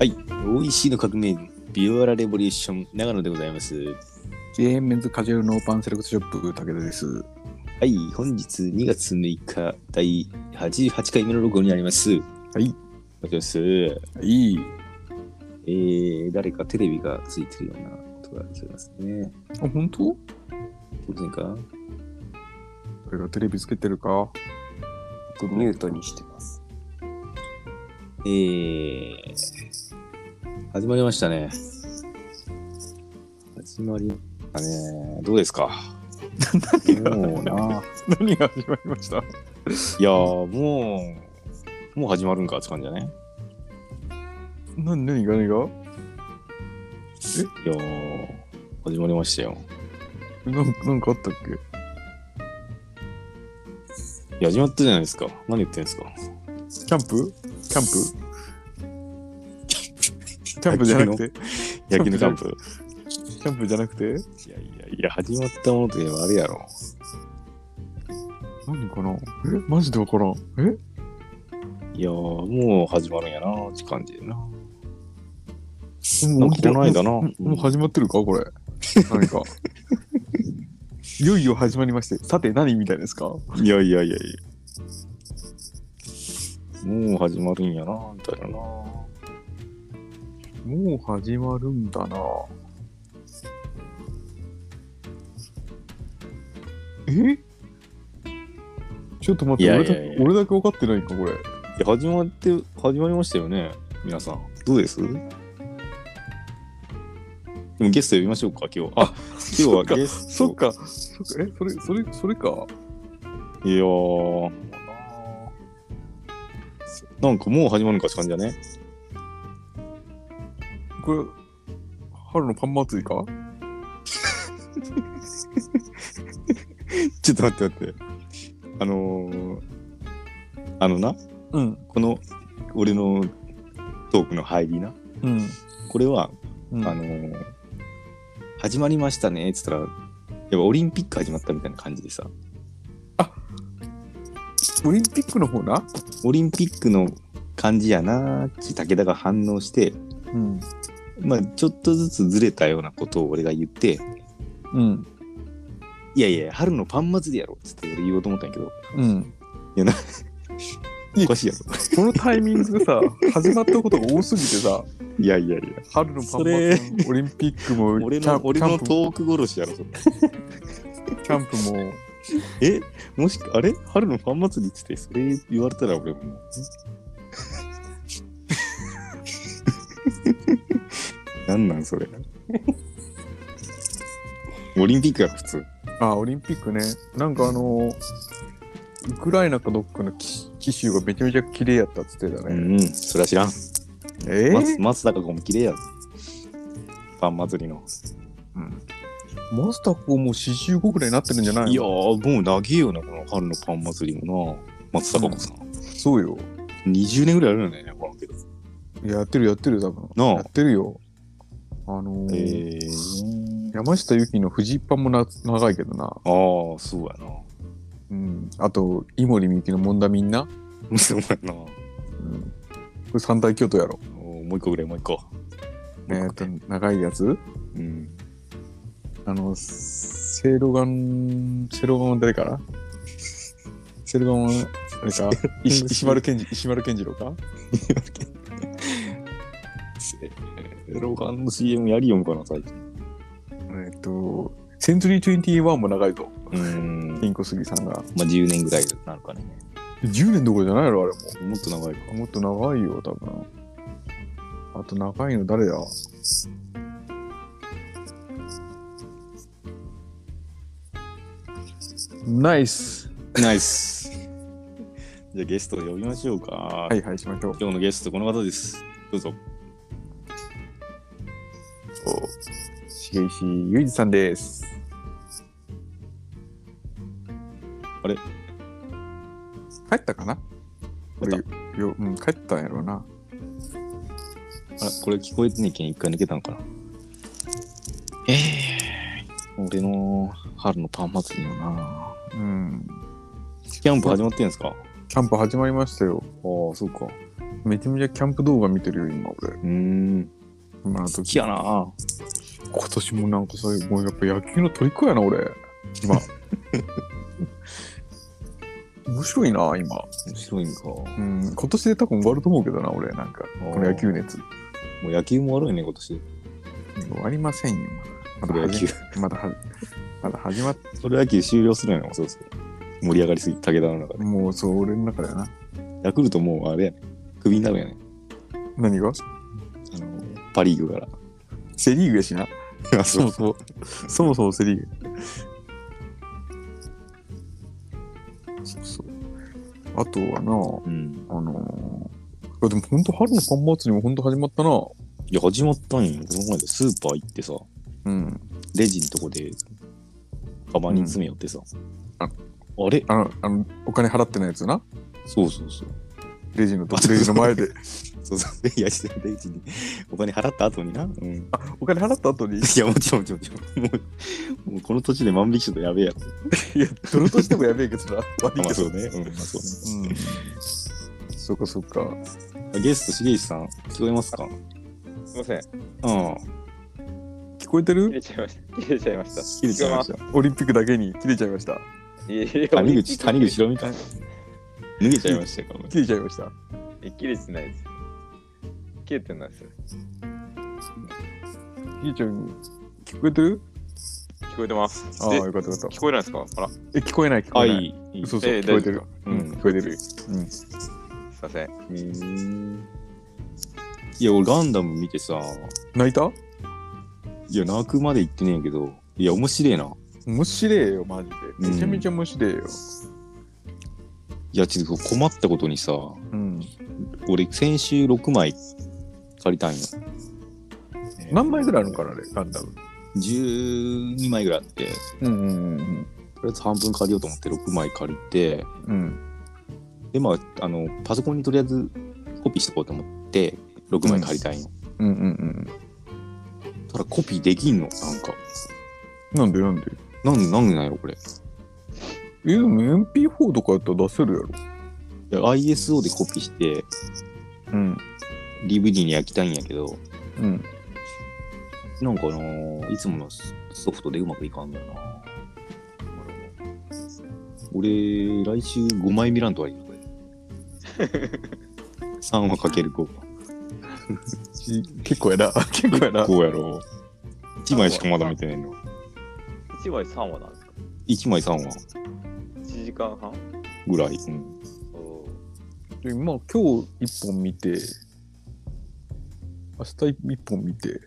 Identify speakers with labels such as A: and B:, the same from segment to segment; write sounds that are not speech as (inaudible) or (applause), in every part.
A: OEC の革命ビオラレボリューション長野でございますは
B: ジェーンメンズカジュアルノーパンセレクトショップ武田です。
A: い本日2月6日第88回目の録音になります
B: はい。
A: お願いしますえ
B: いい。
A: ー、誰かテレビがついてるようなことが聞こえますね
B: あ、本当
A: 聞こえませんか
B: 誰がテレビつけてるか (laughs)
C: 僕ミュートにしてます。
A: えー、始まりましたね始まりましたねどうですかもうな
B: 何が始まりました
A: いやーもうもう始まるんかって感じだね
B: 何、何が何が
A: いやー始まりましたよ
B: なんなんかあったっ
A: い
B: け
A: や、始まったじゃないですか。何言ってんですか。
B: キャンプキャンプキャンプじゃなくて
A: 野球のキャン (laughs) プ。
B: キャンプじゃなくて
A: いやいやいや、始まったものといえばあれやろ。
B: 何かなえマジでわからん。え
A: いやー、もう始まるんやなって感じやな。
B: も
A: なんかこの間な。
B: もうもう始まってるかこれ。
A: (laughs)
B: 何か。いよいよ始まりまして、さて何みたいですか
A: いやいやいやいや。もう始まるんやなみたいなな。
B: もう始まるんだなえちょっと待って、
A: いやいやいや
B: 俺だけ俺だけ分かってないか、これ。
A: いや、始まって、始まりましたよね。皆さん。どうですでもゲスト呼びましょうか、今日。あ、今日はゲスト。
B: そっか、そっか、え、それ、それ、それか。
A: いやー。なんかもう始まるんかって感じだね。
B: これ、春のパン祭りか
A: ちょっと待って待って。あのー、あのな、
B: うん、
A: この俺のトークの入りな、
B: うん。
A: これは、
B: うん、
A: あのー、始まりましたねっつったら、やっぱオリンピック始まったみたいな感じでさ、
B: オリンピックの方な
A: オリンピックの感じやなーって武田が反応して、
B: うん。
A: まあちょっとずつずれたようなことを俺が言って、
B: うん。
A: いやいや、春のパン祭りやろっつって俺言おうと思ったんやけど、
B: うん。
A: おかしいやろ。
B: このタイミング (laughs) でさ、始まったことが多すぎてさ、
A: いやいやいや、
B: 春のパン祭りも、オリンピックも、
A: 俺
B: キャ
A: の
B: ン
A: 俺の
B: キャンプ
A: トーク殺しやろ、それ
B: キャンプも、
A: えもしかあれ春のファン祭りって言ってそれ言われたら俺も (laughs) うなんなんそれオリンピックやろ普通
B: あ、オリンピックね。なんかあのーウクライナかどっかのき紀州がめちゃめちゃ綺麗やったっつってたね。
A: んそれは知らん、
B: え
A: 松松坂子も綺麗やろファン祭りの
B: マスターこうもう45ぐらいになってるんじゃないの
A: いやーもう長えよなこの春のパン祭りもな松坂子さん、
B: そうよ。
A: 20年ぐらいあるよね分からんけど
B: やってるやってる多分。
A: なあ
B: やってるよ。あの
A: え
B: ー
A: ー、
B: 山下由紀のフジパンもな長いけどな。
A: ああそうやな
B: うん。あと、井森美幸のモンダみんな。
A: そうやな (laughs) お
B: うん。これ三大京都やろ。
A: ーもう一個ぐらいもう一個
B: えーっと、長いやつ
A: うん
B: あの、セイロガン、セイロガンは誰かなセイロガンは、あれ (laughs) か石石丸健二、石丸健二郎か
A: ロガンの CM やりよんかな、最近。
B: えっと、セントリー21も長いと、
A: うーん。
B: インコスギさんが。
A: (laughs) まあ、10年ぐらいなのかね。
B: 10年どころじゃないやろ、あれ
A: もっと長いか。
B: も。もっと長いよ、多分。あと長いの誰だナイス
A: ナイ (laughs) ス。じゃあゲストを呼びましょうか。は
B: はいはい、しましょう。
A: 今日のゲスト、この方です。どうぞ。
B: 重石雄二さんです。
A: あれ
B: 帰ったかな
A: 帰った
B: 俺よ、うん、帰ったんやろうな。
A: あこれ聞こえてねえけん、一回抜けたのかな。ええ俺の春のパン祭りよな。
B: うん。
A: キャンプ始まってんすかああ、
B: キャンプ始まりましたよ。
A: そうか。
B: めちゃめちゃキャンプ動画見てるよ、今俺。
A: うん。
B: まあ、あと
A: 好きやな。
B: 今年もなんかさ、もうやっぱ野球の虜やな、俺。
A: (laughs)
B: 今。面白いな、今。
A: 面白いんか。も
B: うん、今年で多分終わると思うけどな、俺。なんか、この野球熱。
A: う野球も悪いね、今年。
B: 終わりませんよ、まだ。
A: プロ野球。
B: まだはじ、まだ始まっ
A: プロ野球終了するのよ、そうそう。盛り上がりすぎ、武田の中で。
B: もうそう、俺の中だよな。
A: ヤクルトもうあれやね。クビになるやね。
B: 何が
A: あの、パリーグから。
B: セ・リーグやしな。
A: あ
B: そもそも、そもそもセ・リーグ。そうそう。あと
A: う
B: はな、
A: ん。
B: あのー、いやでも本当春のパン祭りも本当始まったな。
A: いや、始まったんよ。この前でスーパー行ってさ、
B: うん。
A: レジんとこで、カバンに詰め寄ってさ。
B: あ
A: あれ
B: あの、あのお金払ってないやつな。
A: そうそうそう。
B: レジのと、レジの前で。
A: そうそう。いや、レジにお金払った後にな。うん。い
B: お金払った後 (laughs) に、い
A: や、もちろん、もちろん、もちろん。もう、もうこの土地で万引きしとやべえやろ。
B: や、取るとしてもやべえけどな。悪い
A: ま
B: け
A: あそ
B: ど
A: うね。。うん、まあそうね。
B: うん。そっかそっか。
A: ゲスト、重石さん、聞こえますか
D: すいません。
A: うん。
B: 聞こえて
D: 切
B: る
D: れちゃいました。切れちゃいました。
A: 切れちゃいました。
B: オリンピックだけに切れちゃいました。
D: いやいや
A: 谷口、谷口ひろみか。脱げちゃいましたか。
B: 切れちゃいました。
D: え切れてないです。切れてないです。
B: ひーちゃん、聞こえてる
D: 聞こえてます。
B: ああ、
D: で
B: よかったよかった。
D: 聞こえないですかあら、す
B: え、聞こえない、聞こ
A: は
B: えない。
A: い。いい
B: そうそう、
D: えー
B: 聞こえてる。
A: う
B: うん、
A: ん
B: 聞。こえてる。うん。
D: いません。
A: へーいや、俺、ガンダム見てさ、
B: 泣いた
A: いや、泣くまで言ってねえけど、いや、面白えな。
B: 面白えよ、マジで。めちゃめちゃ面白えよ。
A: いや、ちょっと困ったことにさ、
B: うん。
A: 俺、先週6枚借りたんよ。
B: 何枚ぐらいあるのかな、あれ、ガンダム。
A: ?12 枚ぐらいあって、
B: うんうんうん
A: とりあえず半分借りようと思って6枚借りて、
B: うん。
A: で、まあ、あの、パソコンにとりあえずコピーしとこうと思って、6枚借りたんよ。
B: うんうんうん。
A: ただコピーできんのなんか。
B: なんでなんで
A: なん、なんでなんやろ、これ。
B: え、でも MP4 とかやったら出せるやろ。
A: いや ISO でコピーして、
B: うん。
A: DVD に焼きたいんやけど、
B: うん。
A: なんかあのーいつものソソフトでうまくいかんだよな。俺、来週5枚見らんとはいいよ、これ。3話かける5。
B: 結構やな。 (laughs) 結構やな。
A: こうやろ。1枚しかまだ見てないの。
D: 1枚3話なんですか
A: 1枚3話
D: ?1 時間半
A: ぐらい。うん
D: おー
B: でまあ今日一本見て、明日一本見て、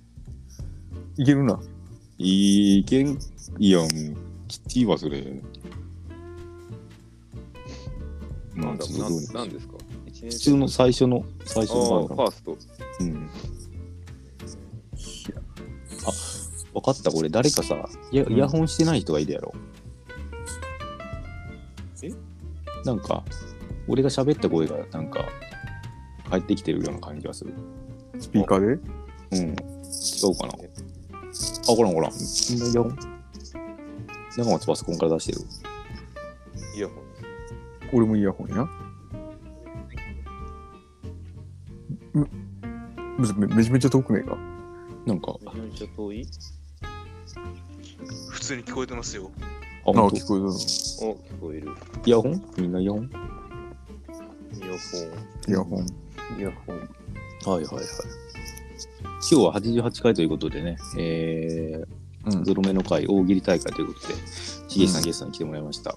B: いけるな。
A: いいけん、いや、もう、きっちいわ、それ。ま
D: な
A: あ、
D: ん
A: ち
D: だ
A: ょっとどうに
D: な
A: か
D: なんですか ?1
A: 普
D: 年
A: 通の最初の、最
D: あ
A: 初
D: あ
A: の
D: ー、
A: フ
D: フ
A: ァ
D: ァ
A: イ
D: ースト。
A: ル。うん。あ、分かった、これ誰かさ、イヤ
B: ん
A: イヤホンしてない人がいるやろ。
D: え
A: なんか、俺が喋った声が、なんか、返ってきてるような感じがする。
B: スピーカーで。
A: うん。違うかな。あ、ほらほら。みんなイヤホン中松パソコンから出してる。
D: イヤホンですね。
B: 俺もイヤホンや。んめめちゃめちゃ遠くねえか。
A: なんか、
D: めちゃめちゃ遠い
E: 普通に聞こえてますよ。
A: あ、ほ
B: あ、
A: んと
B: 聞こえるぞ。
D: お、聞こえる。
A: イヤホンみんなイヤホン
D: イヤホ
B: イヤホン。
D: ン。イヤホン。
A: はいはいはい。今日は88回ということでね、え
B: う
A: ー、
B: ん
A: ゾロ目の回、大喜利大会ということで、しげさん、
B: うん
A: ゲストに来てもらいました。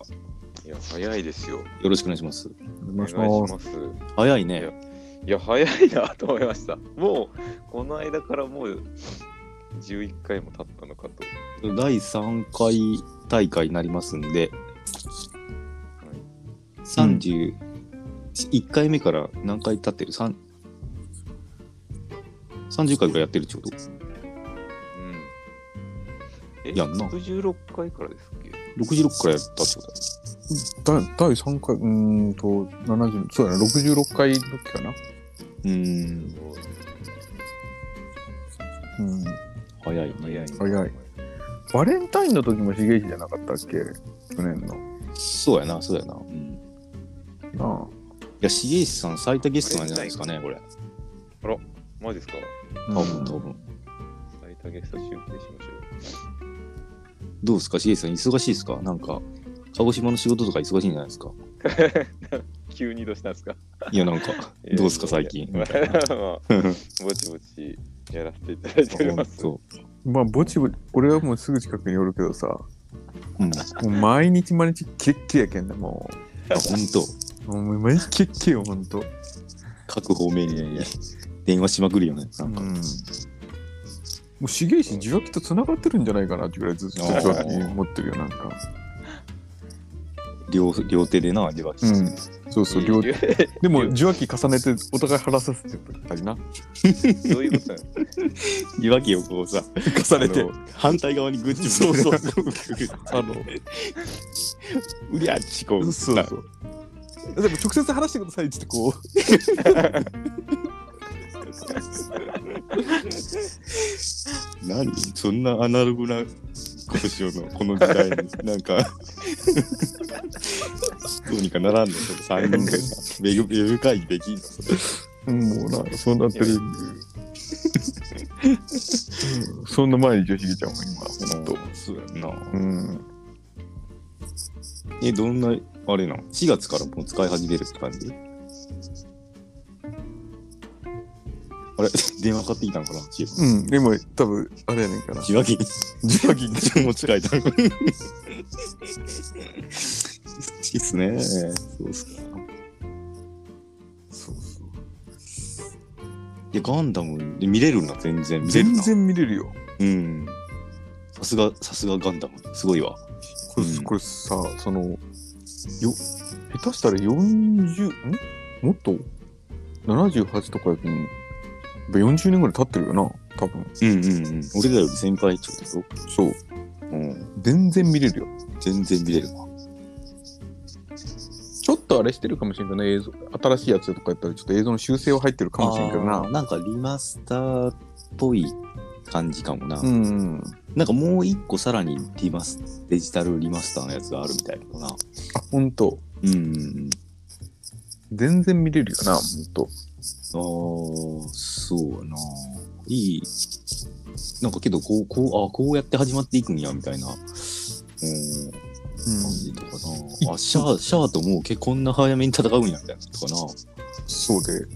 D: いや、早いですよ。
A: よろしくお願いします。
B: お
D: お
B: 願
D: 願い
B: い
D: し
B: します。
D: ます。
A: 早いね。
D: いや、早いなと思いました。もう、この間からもう、11回も経ったのかと。
A: 第3回大会になりますんで、31回目から何回経ってる三30回ぐらいやってるってこと
D: うん。え、
A: やんな
D: 66回からですっけ
A: ?66 からやったってこと
B: だ第3回、うーんと、70、そうだね、66回の時かな。
A: うーん、
B: うん。
A: 早いね。
D: 早い。
B: 早い。バレンタインの時も重石じゃなかったっけ去年の。
A: そうやな、そうやな。うん
B: なあ。
A: や、重石さん最多ゲストなんじゃないですかね、これ。
D: マジですか
A: 多分、多分。
D: 最多ゲスト集計しましょう。
A: どうですか、重石さん、忙しいですかなんか、鹿児島の仕事とか忙しいんじゃないですか
D: 急にどうしたんですか
A: いや、なんか、どうですか、最近。
D: いやいやいや (laughs) まあ、ぼちぼちやらせていただいており
A: 本
D: ます。
A: 当。
B: まあ、ぼちぼち、俺はもうすぐ近くにおるけどさ、も
A: うん。
B: う毎日毎日キレッキレやけんね、も
A: あ本当。
B: う。もう毎日キレッキレよ、ほんと。
A: 各方面に電話しまくるよね。な
B: うん
A: か、
B: ん。もう、重石、受話器と繋がってるんじゃないかなってぐらいずっと受話器持ってるよ、なんか。
A: 両両手でな、では、
B: うん。そ
D: (laughs)
B: うそう、両手。
D: 手。
B: でも、受話器重ねて、お互い腹させてたりな。
D: どういうことなの
A: いわけをこうさ、
B: 重ねて。
A: 反対側にグッチ
B: そうそう
A: そう。
B: あの、
A: (laughs) うりゃっちこう。
B: そうそう。でも直接話してくださいって言ってこう
A: 何そんなアナログなことしようの、この時代 (laughs) に。なんか、どうにかならんの、それ3人でさ、ウェブウェブ会議できんの、それ。
B: うん、もうな、そうなってる。 (laughs) うんそんな前にじゃあひげちゃんは今、ほんと。
A: そうやんな。
B: うん。
A: え、どんな、あれなの ?4 月からもう使い始めるって感じあれ (laughs) 電話かかってきたんかな違う
B: うん、でも多分、あれやねんから。
A: 受話器、
B: 受話器
A: 持ち替えたんか。いいっすね。そうっすか。
B: そうそう。
A: で、ガンダムで見れるな、全然。見れる
B: 全
A: な。
B: 然見れるよ。
A: うん。さすが、さすがガンダム。すごいわ。
B: これ、
A: うん
B: これさ、その、よ、下手したら40、んもっと ?78 とかやけん、やっぱ40年ぐらい経ってるよな、多分。
A: うんうんうん。俺らより先輩ちょっとよ。
B: そう。
A: うん。
B: 全然見れるよ。
A: 全然見れるわ。
B: ちょっとあれしてるかもしれんけどね、映像、新しいやつとかやったら、ちょっと映像の修正は入ってるかもしれんけど
A: あー
B: な。
A: なんかリマスターっぽい感じかもな。
B: うん。
A: なんかもう一個さらにリマス、デジタルリマスターのやつがあるみたいだけどな。
B: あ、ほんと。
A: うんうん
B: 全然見れるよな、ほんと。
A: うん。ああ、そうやな。いい。なんかけど、こう、こう、あこうやって始まっていくんや、みたいな。うん。感じとかな。あ、シャア、シャアともうけこんな早めに戦うんや、みたいな。とかな。
B: そうで、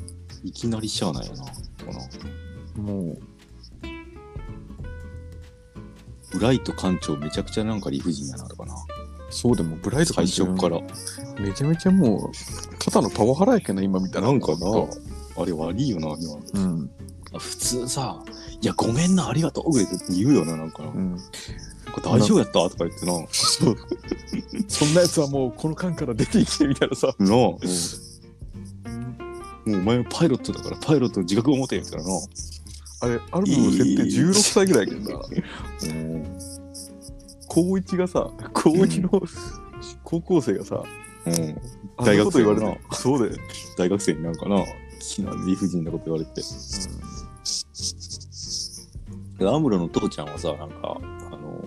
A: いきなりシャアなんやな。とかな。
B: もう、
A: ブライト艦長めちゃくちゃなんか理不尽やな、とかな。
B: そうでも、ブライト
A: 最初から。
B: めちゃめちゃもう、ただのパワハラやけんな、今みたいな。
A: なんかな、あれ悪いよな、今。
B: うん。
A: あ普通さ、いや、ごめんな、ありがとうぐらいって言うよな、なんかな。
B: うん。
A: なんか大丈夫やったとか言ってな。そう。
B: そんなやつはもう、この間から出てきてみたいなさ。
A: なあ。もうお前はパイロットだから、パイロットの自覚を持てみたいな。
B: あれ、アルムの設定16歳ぐらいやけんな。
A: うん。
B: (laughs) 高一がさ、高一の、高校生がさ、
A: うん。
B: あんなこと言わ
A: 大学
B: れ
A: 生や
B: て、そうだよ。
A: 大学生になんかな、いきなり理不尽なこと言われて。アムロの父ちゃんはさ、なんか、あの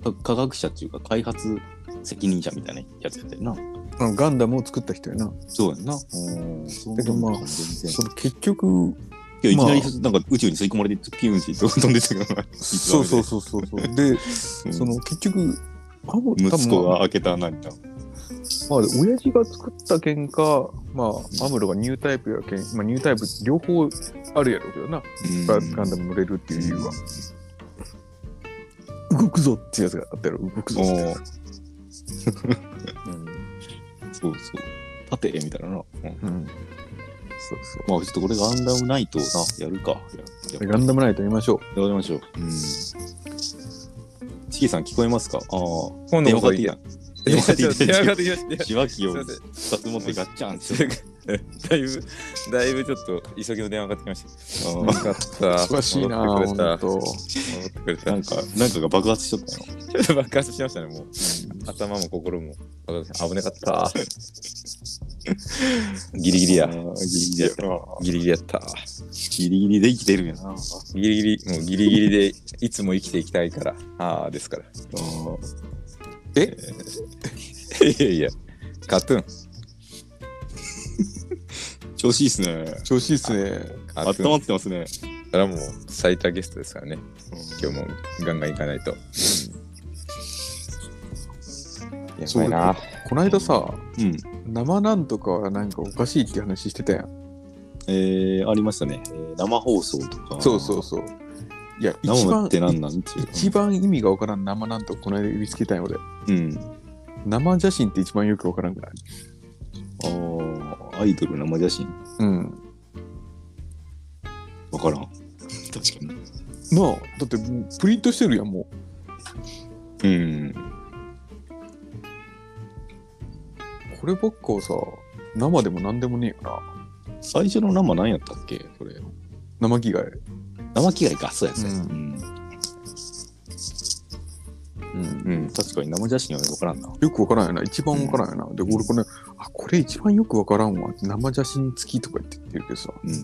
A: ーか科学者っていうか、開発責任者みたいなやつやってんな。
B: あのガンダムを作った人やな。
A: そうやんな。うん。
B: だけどまあ
A: 全然
B: その結局、
A: いやいきな
B: ま
A: り、なんか宇宙に吸い込まれて、ピュンって飛んでったけどな。
B: そうそうそうそうそう。で、
A: うん
B: その結局、あも
A: 息子
B: まあ
A: が開けた穴にな。
B: まあ、親父が作った喧嘩、まあ、アムロがニュータイプやけん、まあ、ニュータイプ両方あるやろうけどな、ガガンダム乗れるっていう理由は。動くぞっていうやつがあったやろ、動くぞってや
A: お
B: つ。
A: そうそう。立て、みたいなな。うん
B: うん。そうそ
A: まあ、ちょっとこれガンダムナイトをな、やるか。やや
B: う。ガンダムナイト見ましょう。
A: やりましょう。うん。チキさん聞こえますかああ。
C: 今
A: 電
C: 度
A: 話かかっ
C: こそ
A: てき
C: いい
A: た
C: や。
A: 電話かかってき
C: 電話か
A: た。
C: かってきま
A: 受話
C: した
A: 器を
C: すいません
A: 2つ持ってガッチャンして。
C: だいぶ、だいぶちょっと急ぎの電話かかってきました。
A: あ
C: よかった。
B: 忙しいな
C: 戻
B: ぁ、
C: って
B: ほ
C: くれ
A: あ
B: んと。
C: た。戻ってくれた。
A: なんか、なんかが爆発しちゃったよ。
C: ちょっと爆発しましたね、もう。頭も心も。危なかった。ギリギリや
A: あ。ーギリギリやった。
C: ギリギリやった。
A: ギリギリで生きてるんやな。あ
C: ギリギリ、もうギリギリで、いつも生きていきたいから。ああ、ですから。
A: ー
C: えいやいや、カトゥーン。
A: 調子いいっすね。
B: 調子いいっすね。
C: あ
A: 温まってますね。
C: それはもう最多ゲストですからね。今日もガンガン行かないと。や
B: そう
C: ばいな。
B: こないださ、
A: うん。
B: 生なんとかはなんかおかしいって話してたやん。
A: えー、ありましたね。えー生放送とか。
B: そうそうそう。いや、一
A: 生
B: 番
A: っ、てなんなんっていう。
B: 一番意味がわからん生なんとかこの間見つけたんよ俺。
A: うん。
B: 生写真って一番よくわからんくない
A: ああ、アイドル生写真。
B: うん。
A: わからん。確かに。
B: なあ、だってもうプリントしてるやん、も
A: うん。
B: う。こればっかはさ、生でもなんでもねえよな。
A: 最初の生何やったっけこれ。
B: 生着替え。
A: 生着替えか。そうやそうや。
B: う
A: うん。
B: う
A: う
B: ん。
A: ん。確かに生写真はわからんな。
B: よくわからんよな。一番わからんよな。で、俺これ、あ、これ一番よくわからんわ。生写真付きとか言って言ってるけどさ、
A: うんうんうん。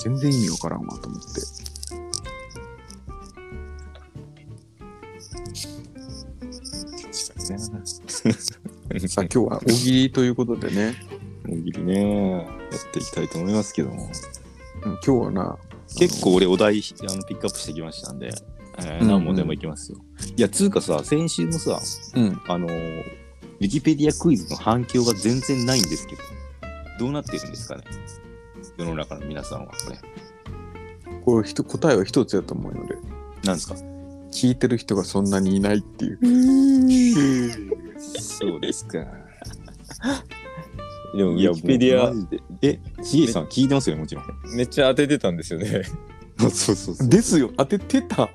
B: 全然意味わからんわと思って。 (laughs) さあ、今日は大喜利ということでね、
A: 大喜利ね、やっていきたいと思いますけども。
B: うん、今日はな、
A: 結構俺お題あのピックアップしてきましたんで、えー
B: うん
A: 何問でもいけますよ。いや、つうかさ、先週のさ、
B: うん、
A: あのー、ウィキペディアクイズの反響が全然ないんですけど、どうなってるんですかね世の中の皆さんはこれ。
B: これひと答えは一つやと思うので、
A: なんですか
B: 聞いてる人がそんなにいないっていう。
A: そうですか。
C: でも、ウ
A: いや、
C: ィキペディ
A: もう
C: ア、
A: マジで。え、しげさん聞いてますよね、もちろん。
C: めっちゃ当ててたんですよね。
A: (laughs) そうそうそう。
B: ですよ、当ててた。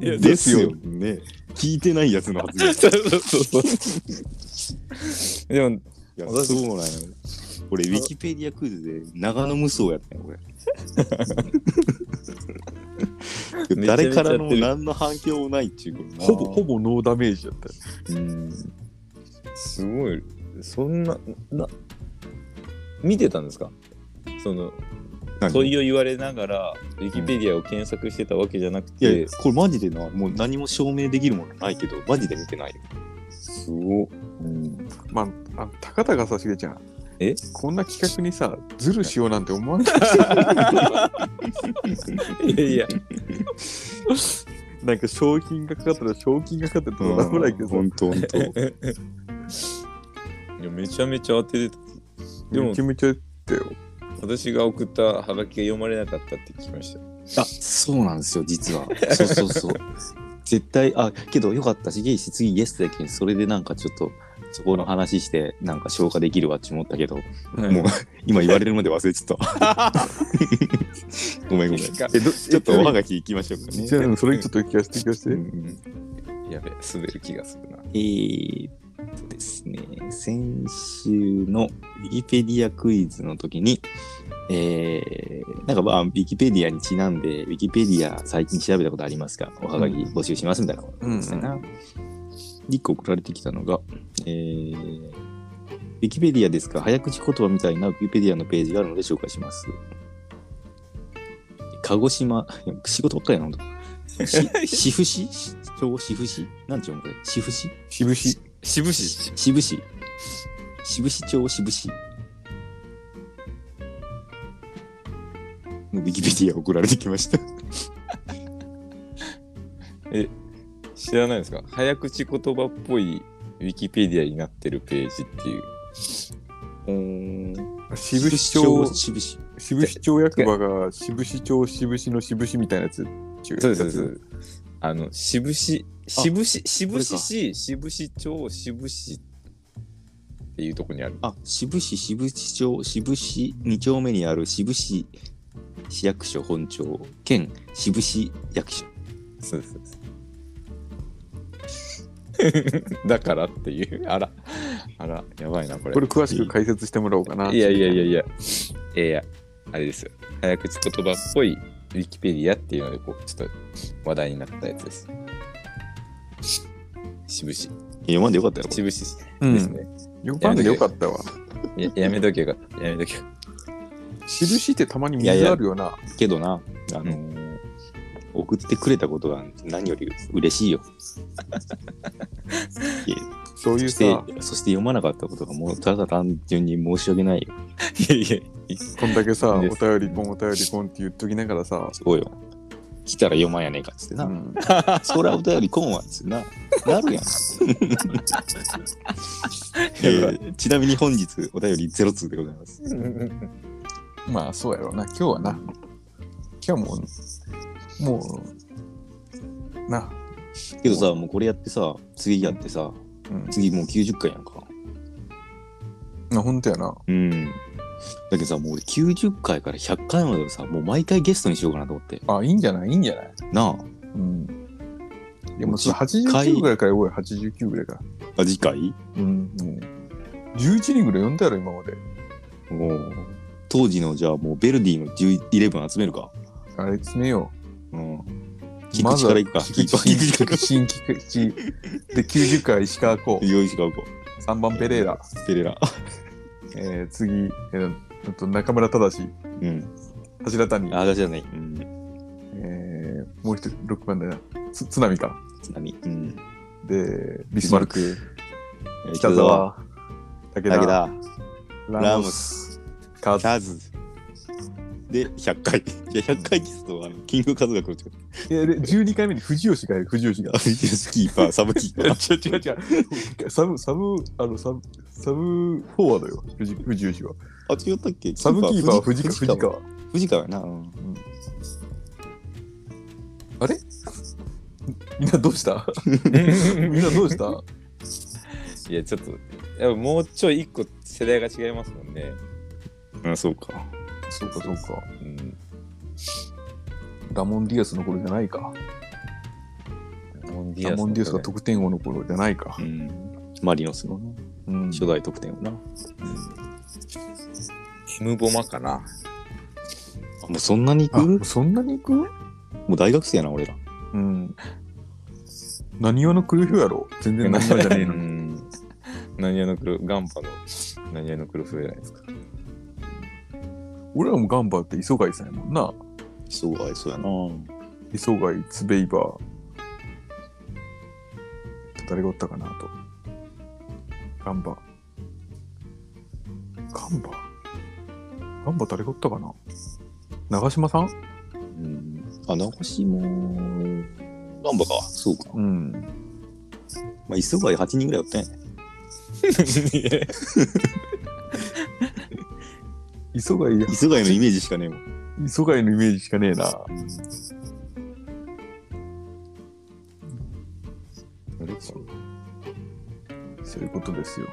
C: いや
A: ですよね。聞いてないやつの発言。
C: そうそうそうそう。でも、
A: いや、 (laughs) そうなんや。俺、ウィキペディアクイズで長野無双やったよ、 (laughs) 俺。誰からの何の反響もないっちゅうことな
B: ほぼ、ほぼノーダメージだったよ。
A: うん。
C: すごい、そんな、な、見てたんですかその、問いを言われながら、ウィキペディアを検索してたわけじゃなく
A: い
C: て
A: や、、これマジでな、もう何も証明できるものないけど、マジで見てないよ。
C: すごっ、うん、
B: まあ、あたかたかさ、しげちゃん。
C: え
B: こんな企画にさ、ズルしようなんて思わなかっ
C: いやいや、
B: た。なんか、賞金がかかったら賞金がかかってどうなもないけどさ、
A: 本当本当。
C: いやめちゃめちゃ当ててた。でも
B: めちゃめちゃやったよ。
C: 私が送ったハガキが読まれなかったって聞きました。
A: (laughs) あ、そうなんですよ、実は。そうそうそう。 (laughs) 絶対、あ、けどよかったし、ゲイし、次ゲストやけん、それでなんかちょっと、そこの話して、なんか消化できるわって思ったけど、もう、 (laughs) 今言われるまで忘れちゃった。 (laughs) ごめんごめん。えどちょっとおはがき行きましょうかね
B: じ。ゃあ、それちょっと聞かせて聞かせ
A: う
B: て。
A: ん
C: やべ、滑る気がするな。
A: えーっとですね、先週のウィキペディアクイズの時に、えー、なんかまあ、ウィキペディアにちなんで、ウィキペディア最近調べたことありますかおはがき募集しますみたいなことですね。一個送られてきたのが、えー、ウィキペディアですが、早口言葉みたいなウィキペディアのページがあるので紹介します。鹿児島、 (laughs) いや仕事ばっかりやな、ほんと。し (laughs) 志布市超志布市なんて読むこれ志布市
B: しぶし。
C: 渋し。
A: 志布市志布市町志布市のウィキペディア送られてきました。
C: 知らないですか早口言葉っぽいウィキペディアになってるページっていう。
B: しぶし町、
A: 志布市。
B: しぶし町役場が、しぶし町、しぶしのしぶしみたいなやつ。
C: そうです、そうです。あの、渋し、渋し、
A: こ
C: 渋
A: れか
C: し市、渋し町、渋しっていうとこにある。
A: あ、志布市志布市町志布市2丁目にある志布市市役所本庁兼志布市役所。
C: そうですそうです。だからっていう。あら、あら、やばいな、これ。
B: これ詳しく解説してもらおうかな。
C: いやいやいやいや、いやいや、あれですよ。早口言葉っぽいウィキペディアっていうので、こう、ちょっと話題になったやつです。渋し、
A: 読まんでよかったよ。これ
C: 渋しです
B: うん
C: ね。
B: よかったよかったわ。
C: ややめとけよかった、やめとけよかっ
B: しぶしってたまに水あるよな。
A: けどな、あのー送ってくれたことが何より嬉しいよ。いや
B: そういう
A: そして
B: さ、
A: そして読まなかったことがもうただ単純に申し訳ないよ。 (laughs) いやいや、
B: こんだけさ、お
A: いい
B: 便
A: で
B: りポン、お便りポンって言っときながらさ、
A: そうよ。来たら読まんやねえかっつってな。
B: うん
A: そりゃお便りこんわっつってな。な (laughs) るやん。えーちなみに本日お便りゼロ通でございます。
B: まあそうやろうな、今日はな。今日はもう、もう、な、
A: けどさ、もうこれやってさ、次やってさ、
B: うん、
A: 次もう90回やんか。
B: な本当やな。
A: うん。だけどさ、もう俺90回から100回までをさ、もう毎回ゲストにしようかなと思って。
B: あ、いいんじゃないいいんじゃない
A: なあ。
B: うん。いやもうそれ
A: 回
B: 89ぐらいからやおい、89ぐらいから。
A: あ、次回
B: うん、もう。11人ぐらい呼んだやろ、今まで。
A: もう、当時のじゃあもうベルディの10 11集めるか。
B: あれ詰めよ
A: うん。
B: う。
A: 菊池からいくか。
B: 菊
A: 菊
B: 池
A: 池
B: 新
A: か (laughs)
B: 菊
A: ら
B: 池。新菊池。で、90回石川こう。
A: 用意しかうこう。
B: 3番ペレーラ。
A: ペレラ。
B: えー、次、えーえっと、中村忠、
A: うん。
B: 柱谷。
A: あ、私じゃない。うん。
B: えー、もう一人、6番だよな。つ津波か。
A: 津波。うん。
B: で、ビスマルク、
A: ク。
B: 北沢、武
A: だけ
B: 田、
A: だ。
B: ラ
A: ラ
B: ム
A: ム
B: ス、
A: ス。
B: カズ。
A: カズ。で、100回。いや、100回ゲストは、キングカズが来るってこと。
B: いやで12回目に藤吉がいる、藤吉が
A: あ。フィギュアスキーパー、サブキーパ
B: 違う
A: ー。(laughs)
B: (laughs) 違う違う。サブ、サブ、あの、サブ、サブフォワードよ、藤藤吉は。
A: あ、違ったっけ
B: サブキーパーは藤川。藤
A: 藤川。
B: 川。
A: 藤川やな。うん
B: みんなどうした (laughs) みんなどうした
C: いや、ちょっと、やっぱもうちょい一個世代が違いますもんね。
A: うん、そうか。
B: そうかそうか。
C: うん。
B: ラモン・ディアスの頃じゃないか。
C: ラモンデ
B: ラモン・ディアスが得点王の頃じゃないか
A: う。ん。マリノスのな
B: うん。
A: 初代得点をな。あ
C: エムボマかな。
A: もうそんなに行
B: あ、
A: く
B: もうそんなに行く
A: もう大学生やな、俺ら。
B: うん。何話の黒ひょやろ全然何話じゃねえ
C: う
B: の (laughs) に。
C: ん。何屋の黒、ガンパの何屋の黒風じゃないですか。
B: 俺らもガンバって磯貝さんやもんな。
A: そうか、そうやな。
B: 磯貝、ツベイバー。誰がおったかなと。ガンバ。ガンバガンバ誰がおったかな長島さん
A: うん。あ、長島、ガンバか。そうか。
B: うん。
A: まあ、磯貝8人ぐらいおったんやね。
B: 磯貝、
A: 磯貝のイメージしかねえもん。
B: 磯貝のイメージしかねえな。そういうことですよ。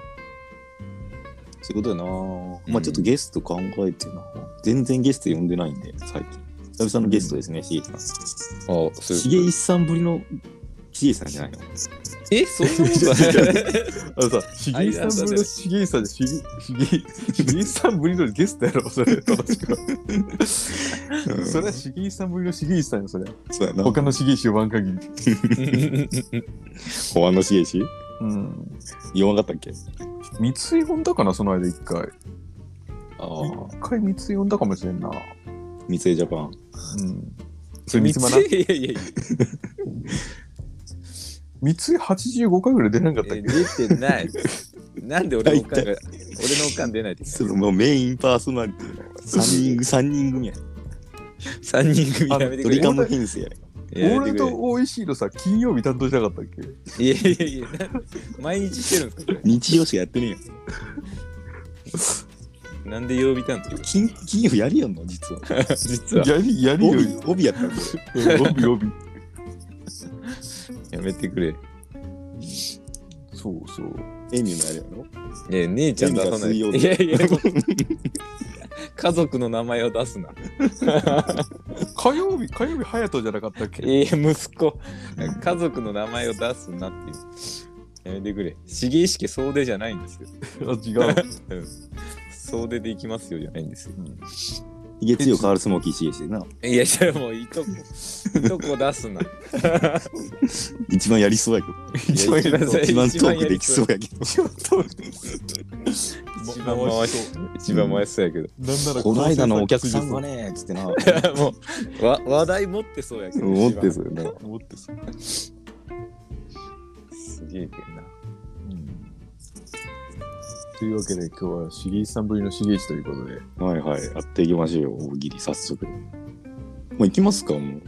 A: そういうことやな、まあちょっとゲスト考えてな。全然ゲスト呼んでないんで、最近。久々のゲストですね、しげいさん。
C: あ、そう
A: しげいさんぶりのしげいさんじゃないの
C: え、そんなことない。
A: (laughs)
B: あのさ、しげいさんぶりのしげいさん、しげいしげい、しげいさんぶりのゲストやろ、そ (laughs) れ、正しくは。それはしげいさんぶりのしげいさんよ、それ。
A: そうやな。
B: 他のしげいし呼ばん限り。
A: 保安のしげいし
B: うん。
A: 言わなかったっけ
B: 三井呼んだかな、その間一回。
A: ああ、
B: 一回三井呼んだかもしれんな。
A: 三井ジャパン。
B: うん。それ三
C: 三
B: つまな。
C: ついやいやいや、
B: 三井85回ぐらい出なかったっけ
C: 出てない。なんで俺のおかんが、俺のおかん出ないって
A: それもうメインパーソナリティの3人三人組や。
C: 三人組やめて
A: ド
C: くれ。
A: リ
C: や
A: カム編成やね。
B: オー
C: めて
B: ル
C: く
B: ド OEC のさ、金曜日担当しなかったっけ
C: れ。いやいやいや、なん毎日してるんですかこ
A: 日曜しかやってねえよ。
C: れなんで曜日担当
A: 金金曜やりよんの実は。
C: 実は。
B: やり、やりよ
A: 帯
B: り。
A: 帯やったんこ
B: うん帯、帯。
C: やめてくれ。
B: そうそう。
A: れ。エミューもやるやろ
C: いや、姉ちゃん出さな
A: エミが
C: い。
A: 水曜
C: い
A: 日
C: やいや、 (laughs) 家族の名前を出すな。
B: 火曜日、火曜日、隼人じゃなかったっけ
C: いや、息子、家族の名前を出すなっていう。やめてくれ。重意識総出じゃないんですよ。
B: あ、違
A: (laughs)
B: う。
C: 総出でいきますよじゃないんですよ。
A: 月曜カールスモーキーしげいしな。
C: いや、じゃあもういとこ、いとこ出すな。
A: 一番やりそうやけど。
C: 一番やりそう
A: 一番トークできそうやけど。
C: 一番回し
B: し
C: 一番回しそうやけど。
B: なんなら
A: この間のお客さんがね、つってな。
C: もうわ話題持ってそうやけど。
A: 持って
C: そ。
A: そううよね。
B: 持ってさ
C: すげえけんな。
B: うんというわけで今日は茂一さんぶりの茂一ということで
A: はいはい、やっていきましょうよ、大喜利、早速。もう行きますか、もう。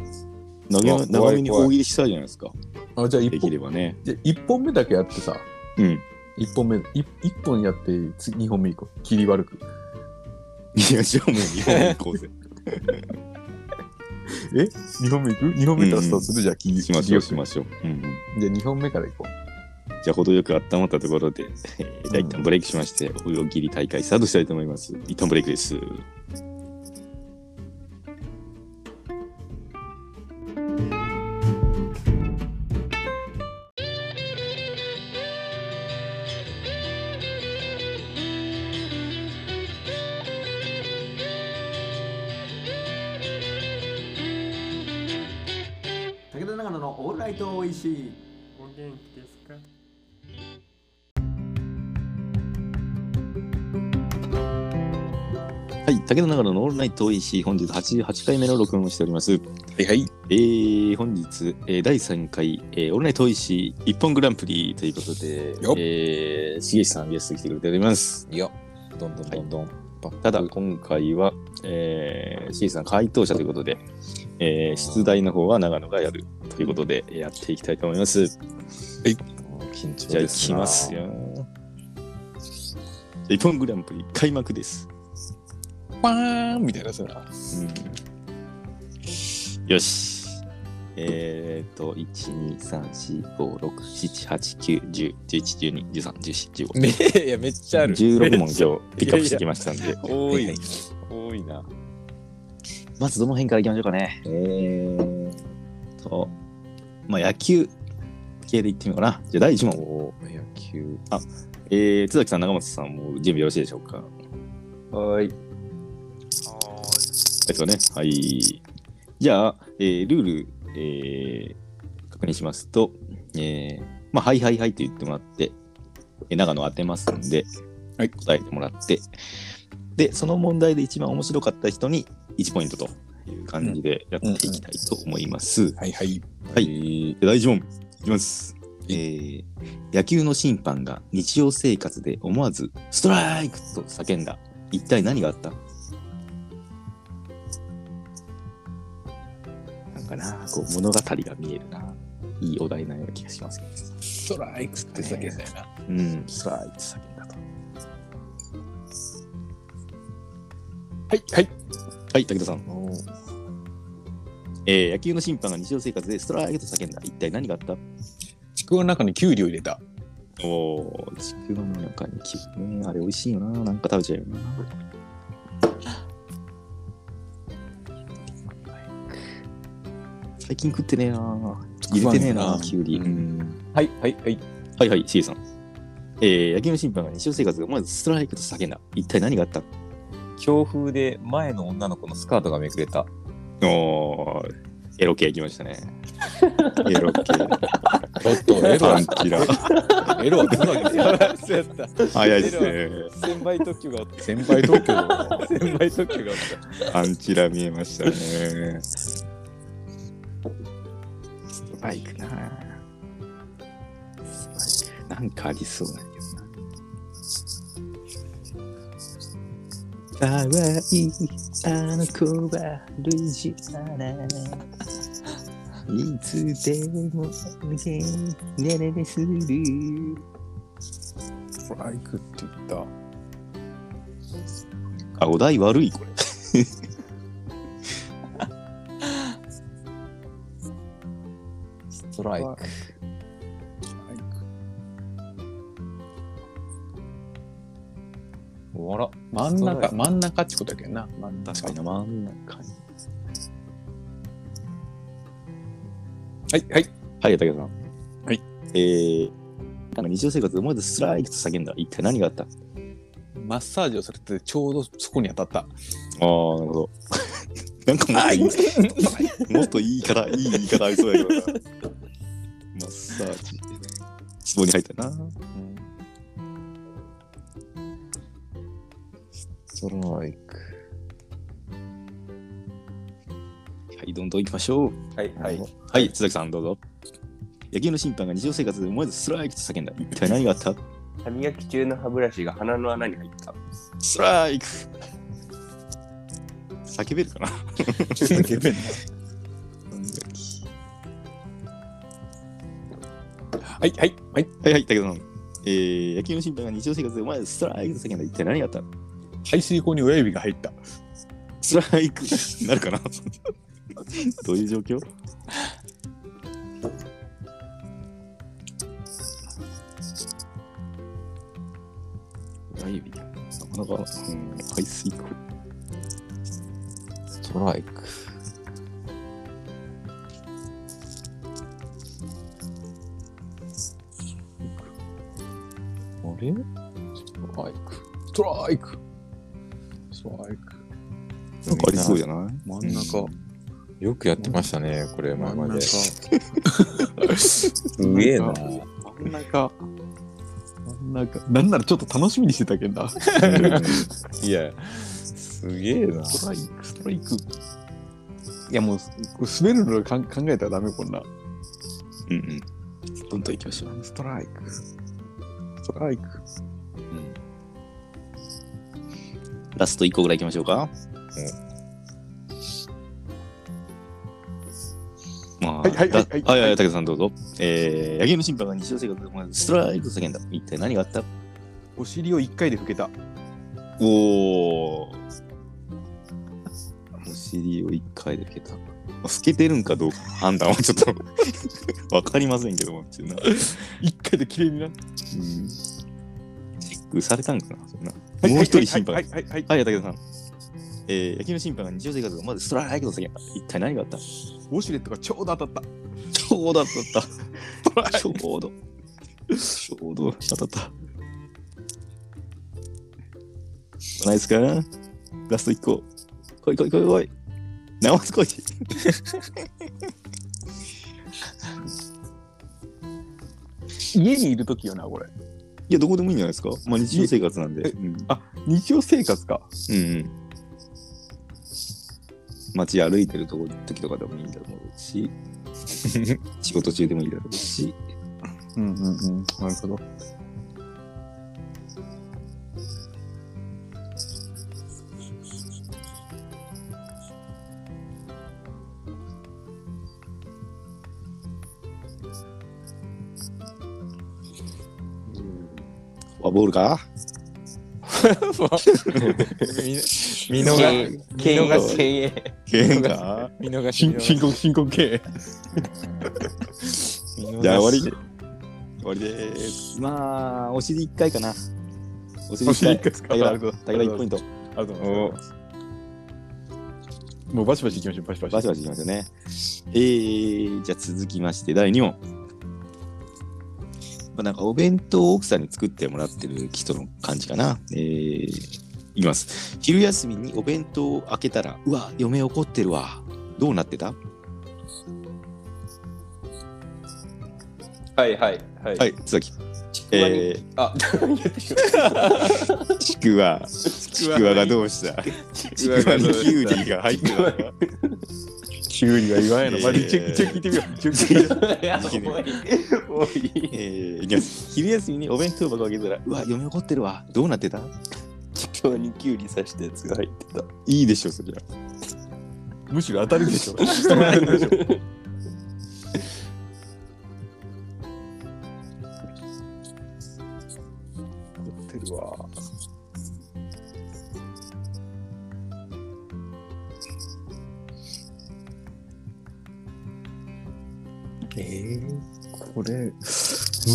A: 長め
C: あ怖い
A: 長めに
C: 怖い
A: 大喜利したいじゃないですか。
B: あじゃあ
A: で
B: 一
A: き
B: 本
A: ればね。
B: じゃあ一本目だけやってさ
A: うん。
B: 一本目い一本やって次二本目いこう切り悪く
A: いや、じゃあもう日本行 (laughs) こうぜ。
B: え二本目いく二本目からスタートする、じゃあ切り
A: しましょう、
B: 切
A: し
B: りよ
A: ましょう。うんうん
B: くじゃあ二本目からいこ
A: じゃあ、程よく温まったところで、えー、じゃあ一旦ブレイクしまして、大喜利大会スタートしたいと思います。一旦ブレイクです。
F: 武田長野のオールライトおいしい
G: お元気ですか
A: はい、武田長野のオールナイトおいしい、本日88回目の録音をしております。
C: はいはい。
A: えー、本日、えー、第3回、えー、オールナイトおいしい一本グランプリということで
C: よっ、
A: えー、しげしさんゲストに来てくれております。
C: いや、どんどんどんどん。
A: ただ、今回は、えー、しげしさん回答者ということで、えー、出題の方は長野がやるということで、やっていきたいと思います。
C: 緊張ですな。
A: じゃあ、いきますよ。一本グランプリ開幕です。
B: うパーンみたいなさ
A: よし。えー、っと、1、2、3、4、5、6、7、8、9、10、11、12、13、14、15。
C: め。いや、めっちゃある。
A: 16問
C: めっちゃ
A: 今日ピックアップしてきましたんで。
C: 多。
A: はい
C: 多いな。
A: まずどの辺からいきましょうかね。えー、と、まあ野球系でいってみようかな。じゃあ第1問。
C: おー野球。
A: えー、津崎さん、長松さんも準備よろしいでしょうか。
C: はい。
A: ですかね。はい。じゃあ、えールール、えー確認しますと、えーまあ、はいはいはいって言ってもらって、えー長野当てますんで、
B: はい
A: 答えてもらって、で、その問題で一番面白かった人に1ポイントという感じでやっていきたいと思います。
B: はいはい
A: はい。で第1問、いきます。えー野球の審判が日常生活で思わず、ストライクと叫んだ。一体何があったなんかな、こう物語が見えるな。いいお題なような気がしますけど。
C: ストライクって叫んだよな。
A: うん、ストライクと叫んだと。
B: はいはい
A: はい、武田さん。
B: おー
A: えー野球の審判が日常生活でストライクと叫んだ。一体何があった
B: ちくわの中にキュウリを入れた
A: おお、ちくわの中にきねあれ美味しいよな。なんか食べちゃうよな。最近食ってねえな。入れてねえな、きゅうり。
C: はいはいはい。
A: はいはい、シゲさん。えー、野球の審判が日常生活で思わずストライクと叫んだ。一体何があった
C: 強風で前の女の子のスカートがめくれた。
A: おー、エロ系いきました (laughs) ね。エロ系。
B: ちょっとエロ
A: パ
B: は
A: ンキラ。
B: エロはつなぎですよ
C: そうやった。
A: 早いですね。
C: 先輩特許がおった。
B: 先輩東京
C: 先輩特許がおっ
A: (laughs)
C: た。
A: パンチラ見えましたね。ストライクなストライクなんかありそうだけどな。かわいい、あの子はルジアナ。いつでも全ねねねする。
B: ストライクって言った
A: あ、お題悪いこれ。
C: ストライク。おら。
B: 真ん中真ん中ってことだけどな真ん (laughs) 中
A: 確かにな真ん中に。
B: はいはい
A: はい、竹田さん。
B: はい。
A: えー、なんか日常生活で思わずストライクと叫んだ。一体何があったあ
B: マッサージをされててちょうどそこに当たった
A: あ、なるほど。 (laughs) なんかもっといい、もっといいから、いい言い方ありそうだけどな。マッサージ。壺に入ったな。
B: ストライク。
A: はい、どんどん行きましょう。
C: はいはい。
A: はい、津崎さんどうぞ。野球の審判が日常生活で思わずストライクと叫んだ。一体何があった
G: 歯磨き中の歯ブラシが鼻の穴に入った。
A: ストライク叫べるかな
C: はいはい。はい。
A: はいはい、だけど、えー、野球の審判が日常生活でお前ストライクと叫んだ。一体何があった
B: 排水口に親指が入った。
A: ストライクなるかなどういう状況親指なかなか、うん、排水口。
B: ストライク。あれストライク。ストライク。ストライク。
A: なんかありそうじゃない
B: 真ん中。
C: よくやってましたね、これ、前
B: 真
C: ま
B: ん
C: で。
B: 中。
C: すげえな。
B: 真ん中。真ん中。なんならちょっと楽しみにしてたけんな。ス
C: (laughs) いや、すげえな。
B: トライク、ストライク。いやもう、これ滑るのが考えたらダメこんな。
A: うんうん。どんどん行きましょう。
B: ストライク。ストライク。
A: ラスト1個ぐらい行きましょうか。まあ、
B: はいはいはい
A: だはいはい、武田さんどうぞ。えー、野球の審判が日常生活でまずストライクと叫んだ。一体何があった
B: お尻を一回で拭けた。
A: おお。お尻を1回で拭けた。透けてるんかどうかの判断はちょっとわかりませんけども、ちょっとな
B: 一回で綺麗にな。
A: チェックされたんかなそんなもう一人審判が
B: はいはいはい。
A: はい、武田さん。えー、野球の審判が日常生活でまずストライクと叫んだ。一体何があったち
B: ウォシュレットがちょうど当たっ
A: ょうど当たった。ちょうど。ちょうど当たった。ないですかラスト1個。来い来い来い来い。直す来い。
B: た。家にいるときよな、これ。
A: いや、どこでもいいんじゃないですかまあ日常生活なんで。
B: え
A: うん。
B: 日常生活か。
A: うんうん。街歩いてるとこ時とかでもいいんだろうし、 (laughs) 仕事中でもいいだろうし、
B: うんうんうん。なるほど。
A: フォアボールか
C: 見逃し、
G: 経
C: 見逃
G: 営、
C: し、
G: 経営。
A: ゲンか
C: 見逃し、見
B: 深
C: 逃し。
B: 刻、深刻系。
A: じゃあ終わり。終わりです。まあ、お尻1回かな。お尻
B: お尻
A: 1
B: 一
A: 回。
B: 回使
A: 武
B: う
A: 田武田1ポイント。
B: ありがとうございます。もうバシバシいきましょう、バシバシ。
A: バシバシいきますよね。えー、じゃあ続きまして、第2問。まあ、なんかお弁当を奥さんに作ってもらってる人の感じかな。えー、いきます。昼休みにお弁当を開けたら、うわ、嫁怒ってるわ。どうなってたは
G: はいはいはい。
A: い、津崎。
G: わに
A: え
G: あ、言ってしまっ
A: ー、 (laughs) ちくわ。ちくわがどうしたちくわにキュウリが入ってたのか。
B: キュウリは言わないの。
A: えー
B: まあ、チェック、チェック聞いてみよう。チェック聞いてみよ
G: た。いや、多い。多い。
A: えー、いきます昼休みにお弁当箱を開けたら、うわ、嫁怒ってるわ。どうなってた
G: 適当にキュウリ刺したやつが入ってた。
A: いいでしょ、そりゃ。
B: うむしろ当たるでしょ。人が当たるでしょ。怒ってるわ。
C: えー
B: これ、む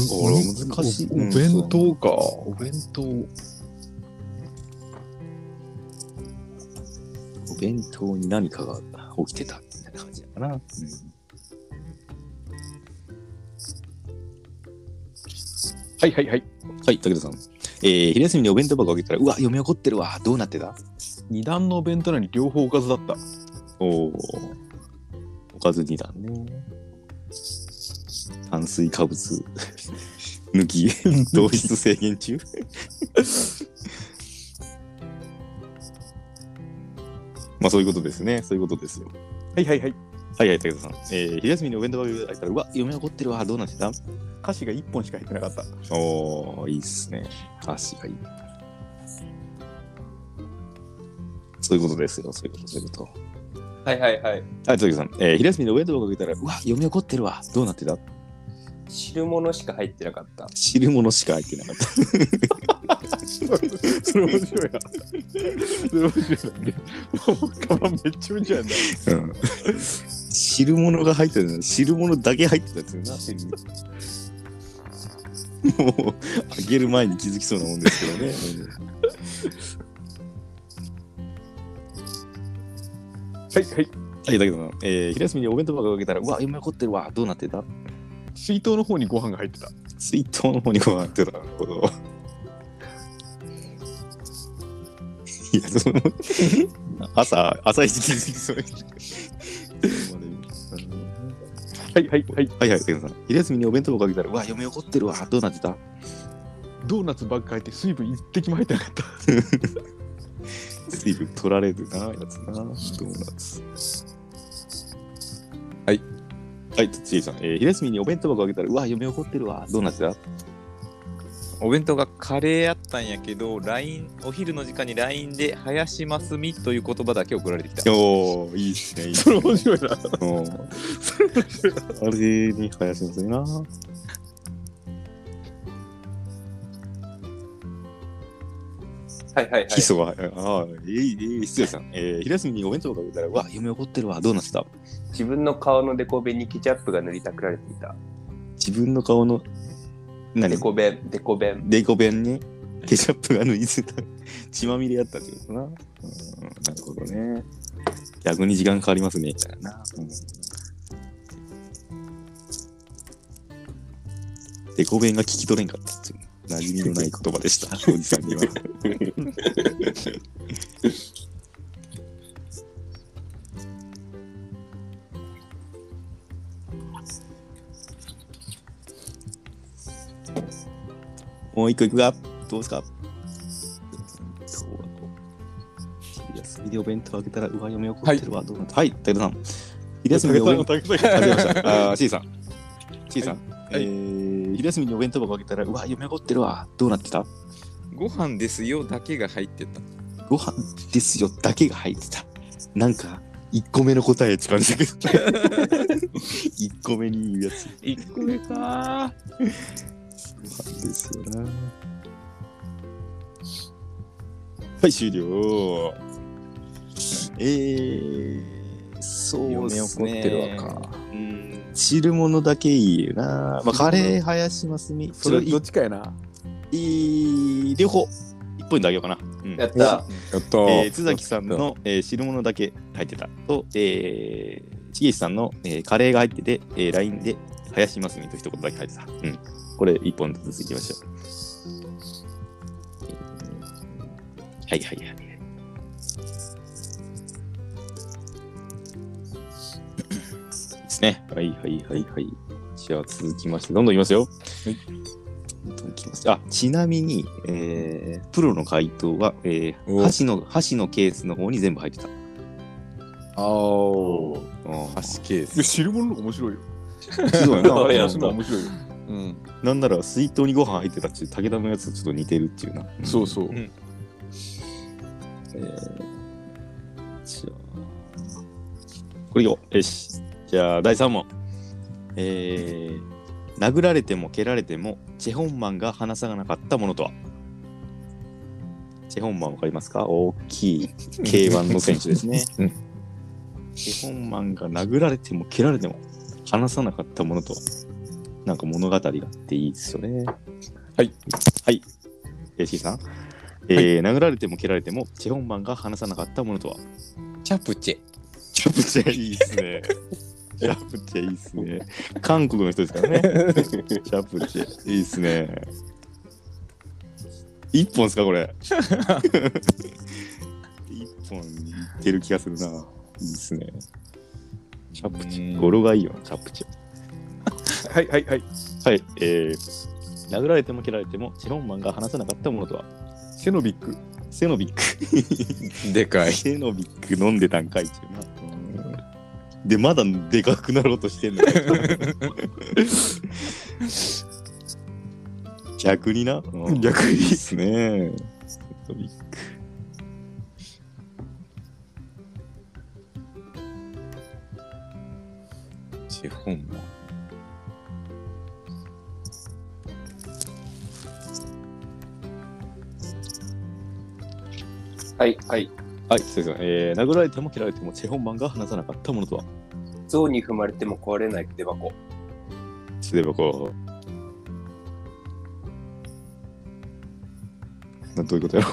A: これ難しい
B: おお弁当か。お弁当。
A: お弁当に何かが起きてたみたいな感じだかな。うん
B: はいはいはい。
A: はい、武田さん。えー、昼休みにお弁当箱を開けたら、うわ、嫁怒ってるわ。どうなってた
B: 二段のお弁当なのに両方おかずだった。
A: おお。おかず二段ね。炭水化物 (laughs) 抜
B: (laughs)
A: き、糖質制限中 (laughs) まあそういうことですね。そういうことですよ。
B: はいはいはい。
A: はいはい、武田さん。えー、昼休みにお弁当が食べられたら、うわ、嫁怒ってるわ、どうなってた
B: 歌詞が1本しか入ってなかった。
A: おー、いいっすね。足がいい。そういうことですよ、そういうこと、そういうこと。
C: はいはいはい。
A: はい、武田さん。えー、昼休みにお弁当をかけたら、うわ、嫁怒ってるわ、どうなってた
G: 汁物しか入ってなかった。
A: 汁物しか入ってなかった。
B: (laughs) それ面白いな。それ面白いな。もうカバンめっちゃめちゃやんな。
A: うん汁物が入ってたの汁物だけ入ってたやつよな手にもうあげる前に気づきそうなもんですけどね
B: はいはい。
A: はいだけどな、えー、昼休みにお弁当箱を開けたらうわ今怒ってるわどうなってた
B: 水筒の方にご飯が入ってた。
A: 水筒の方にこうなってたなるほどいや (laughs) その朝朝一気づきそうな人
B: はいはいはい。
A: はいはい、武田さん。昼休みにお弁当をかけたら、うわ、嫁怒ってるわ、どうなってた
B: ドーナツばっか入って水分一滴も入ってなかった。
A: 水分取られるな、やつな。ドーナツ。はい。はい、つちえさん。えー、昼休みにお弁当箱開けたら、うわ、嫁怒ってるわ。どうなってた
C: お弁当がカレーあったんやけど、LINE、お昼の時間に LINE で、林真澄という言葉だけ送られてきた。
A: おー、いいっすね、いいっす
B: それ面白いな。
A: ね。あれに林ませんな。
G: はいはいはい
A: 基。礎は、ああ、えい、えい、つちさん。えー、昼休みにお弁当箱開けたら、うわ、嫁怒ってるわ。どうなってた
G: 自分の顔のデコ弁にケチャップが塗りたくられていた。
A: 自分の顔の、
G: デ
A: 何
G: コ弁、デコ弁。
A: デコ弁にケチャップが脱ぎ捨てた血まみれやったってことな。うん、なるほどね。逆に時間かかりますね、みたいな。うんデコ弁が聞き取れんかったっていう。馴染みのない言葉でした、 (laughs) おじさんには。もう一個いくが、どうですか昼休みでお弁当あげたら、うわ、嫁怒ってるわ、どうなったはい、武田さん。昼休みでお弁当
B: 竹田
A: あ、
B: さん
A: 出ました。あー、C さん。C さん。えー、昼休みにお弁当箱開けたら、うわ、嫁怒ってるわ。どうなってた
C: ご飯ですよだけが入ってた。
A: ご飯ですよだけが入ってた。なんか、1個目の答えって感じだけど。1個目に言うやつ。
C: 1個目か
A: ご飯ですよな。はい、終了。えー、そうですね。うん汁物だけいいよな。まあ、カレー、林真澄。
B: それ
A: い
B: どっちかやな。
A: いい両方1ポイントあげようかな、うん
G: やった。
B: やった
A: えー津崎さんの、えー汁物だけ入ってたと、えー、重石さんの、えーカレーが入ってて、えー、LINE で林真澄と一言だけ入ってた、うん、これ1本ずついきましょうはいはい (coughs) はいですねはいはいはいはいじゃあ続きましてどんどんいきますよいきますあちなみに、えープロの回答は、えー
B: お
A: 箸の箸のケースの方に全部入ってた。
B: あー。
A: 箸
C: ケース
B: いや汁物の方が面白いよ。
A: そう
B: 汁
A: な
B: 物 (laughs)
G: あれや
B: の
G: んな
B: 方が面白いよ。うん。
A: なんなら水筒にご飯入ってたっていう武田のやつとちょっと似てるっていうな。
B: そうそう。
A: えーじゃあこれよ。よし。じゃあ第3問。えー殴られても蹴られてもチェホンマンが話さなかったものとはチェホンマンわかりますか大きい K1 の選手です
B: (laughs)
A: ね。チェホンマンが殴られても蹴られても話さなかったものとはなんか物語があっていいですよね。
B: はい。
A: はい。えー、C さん。えー殴られても蹴られてもチェホンマンが話さなかったものとは
C: チャプチェ。
A: チャプチェいいですね。チャプチェいいですね。韓国の人ですからね。
B: (laughs)
A: チャプチェいいですね。一本ですかこれ。
B: (laughs)
A: 一本にいってる気がするな。いいですね。チャプチェ。語呂がいいよな、チャプチェ。
B: はいはいは
A: は
B: い。
A: い。えー、殴られても蹴られてもチェホンマンが話さなかったものとは
B: セノビック。
A: セノビック。
C: でかい。
A: セノビック飲んでたんかいっていうな。で、まだでかくなろうと (laughs) してんのかい逆にな。
B: 逆
A: にいいっすね。セノビック
C: シフォンも。
G: はい、はい。
A: はい、すいません。えー、殴られても蹴られても、チェホンマンが話さなかったものとは、
G: 象に踏まれても壊れない筆箱。
A: 例えばこう。などういうことやろ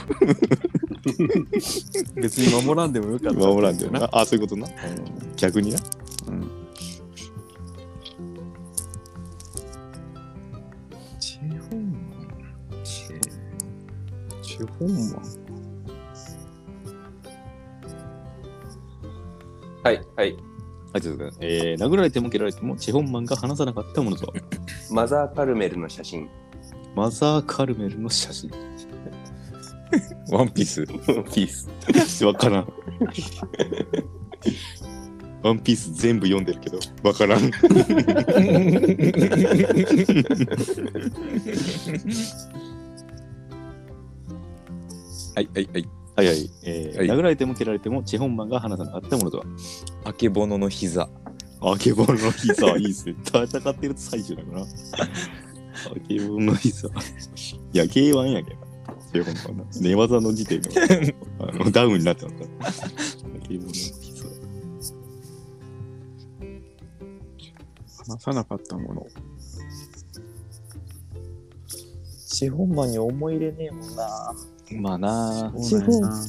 B: 別に守らんでもよかった。 (laughs)
A: 守らんだよな。。あ、そういうことな。逆にな。
B: うん。
A: チェホンマン。チェ
B: 地方マン。
G: はい、はい。
A: はい、ということで、えー、殴られても蹴られても、チェホンマンが話さなかったものとは、
G: マザーカルメルの写真。
A: マザー・カルメルの写真。
C: ワンピース。
G: ピース。
A: わからん。ワンピース全部読んでるけど、わからん。
C: はいはいはい。
A: はいはい。えー
C: はい
A: 殴られても蹴られても、チェホンマンが話さなかったものと
C: あけぼのの膝。
A: は、あけぼのの膝はいいっすね。戦ってる最中だから。あけぼのの膝。いや、K1 やけど。チェホンマンな。寝技の時点で、あのダウンになっちゃった。あけぼのの膝。
B: 話さなかったもの。
C: シフォンマンに思い入れねえもんな。
A: まあなあ
B: そうなんやな。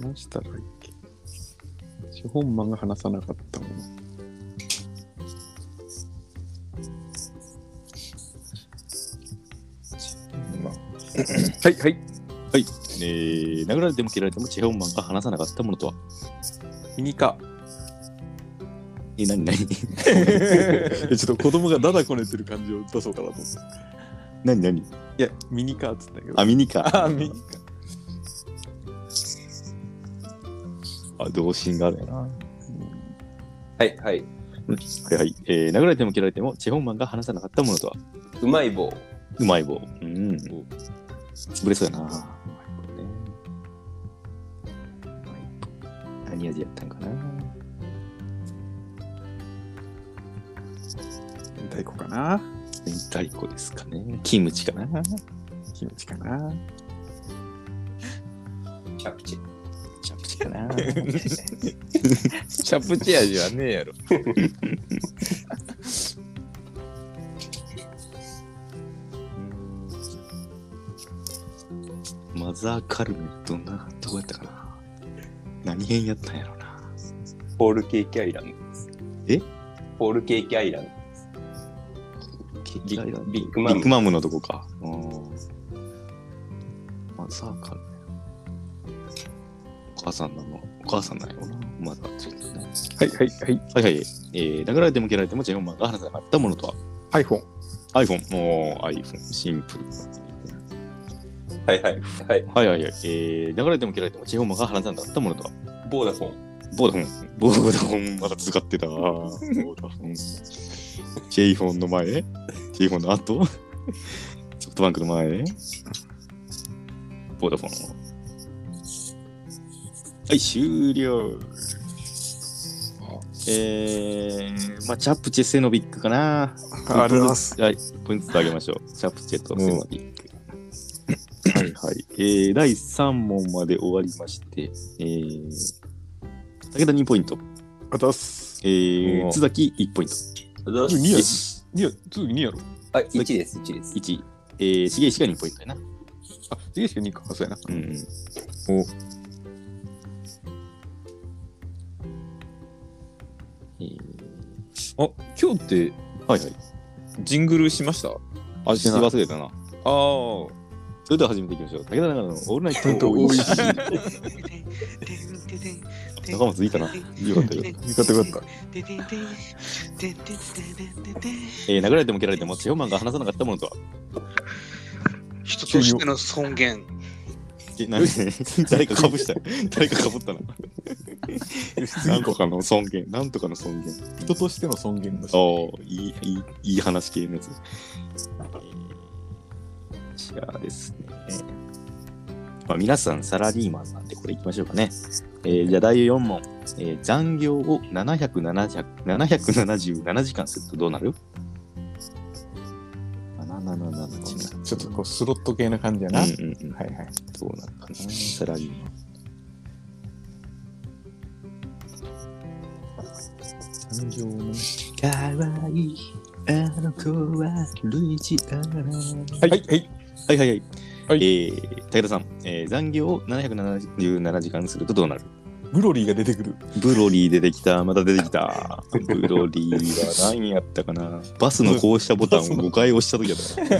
B: 話したらいいっけ資本マンが話さなかったもの。
G: はい、はい。
A: はい。えー、殴られても蹴られても、チェホンマンが話さなかったものとは、
B: ミニカ。
A: え、なに (laughs) なに
B: えちょっと子供がダダこねてる感じを出そうかなと思って。
A: なになに
B: いや、ミニカーっつったけど。
A: あ、ミニか。
B: あ、ミニカ。
A: あ、童心があるやな。は
G: はい、はい。
A: いはい。えー、殴られても蹴られても、チェホンマンが話さなかったものとは、
G: うまい棒。
A: うまい棒。うん。潰れそうやな。うまい棒ね。うまい棒。何味やったんかな。
B: 明太子かな
A: 明太子ですかね。キムチかな。
B: キムチかな
G: チャプチ。
A: チャプチかな。
C: チャプチ味はねえやろ。
A: (laughs) マザーカルメどんな、どこやったかな。何編やったんやろな。
G: ホールケーキアイランドです。ホールケーキアイランド。
A: ビッグ
G: ビッグマム
A: ビッグマムのとこか。うんマザーカルメお母さんなの、お母さんなんやろな。まだちょっとな。
B: はいはいはい。
A: はいはい。えー、殴られても蹴られてもジェイホンマンが話さなかったものとは
B: iPhone。
A: iPhone。もう iPhone。シンプル。
G: はい、はい。はい。
A: はいはいはい。えー、殴られても蹴られてもジェイホンマンが話さなかったものとは
G: ボーダフォン。
A: ボーダフォン。ボーダフォンまだ使ってた。ボーダフォン。ジェイホンの前。ジェイホンの後。ソフトバンクの前。ボーダフォン。はい、終了。えー、まあ、チャプチェセノビックかな。
B: ありがとうございます。
A: はい、ポイントあげましょう。チャプチェとセノビック。はいはい。えー、第3問まで終わりまして、えー、武田2ポイント。
B: あたす。
A: えー、
C: おー
A: 津崎1ポイント。
B: 2やろ。2や、次2やろ。
G: あ、1です、1です。
A: 1。えー、重石が2ポイントやな。
B: あ、次しか2か。そうやな。
A: うん。
C: お。
A: えー
C: あ、今日って
A: はいはい。
C: ジングルしましたあ
A: あ、し忘れたな。
C: あー。
A: それ (laughs) では始めていきましょう。武田長野のオールナイト
B: ト
A: おいしい。
E: てんてんてんてん
A: 仲松いいかなよかったよ。
B: よかったよかった。
A: えー、殴られても蹴られても、チェオマンが話さなかったものとは。
E: 人としての尊厳。
A: え、何誰かかぶした。誰かかぶったな。何とかの尊厳。何とかの尊厳。
B: 人としての尊厳だし。
A: おお、いい、いい、いい話系のやつ。じゃあですね。まあ、皆さん、サラリーマンなんで、これいきましょうかね。えーじゃあ、第4問。えー残業を770 777時間するとどうなる ?777 時間。
B: ちょっとこうスロット系な感じやな。はい
A: うんうんうん。
B: はい。
A: そうなのかな。サラリーマン。
B: 感情の。
A: かわいい、あの子はルイジアナ。
B: はい、はい。
A: はいはいはい。
B: はい
A: えー、武田さん、えー残業を777時間するとどうなる
B: ブロリーが出てくる。
A: ブロリー出てきた、また出てきた。ブロリーは何やったかなバスのこうしたボタンを5回押した時だった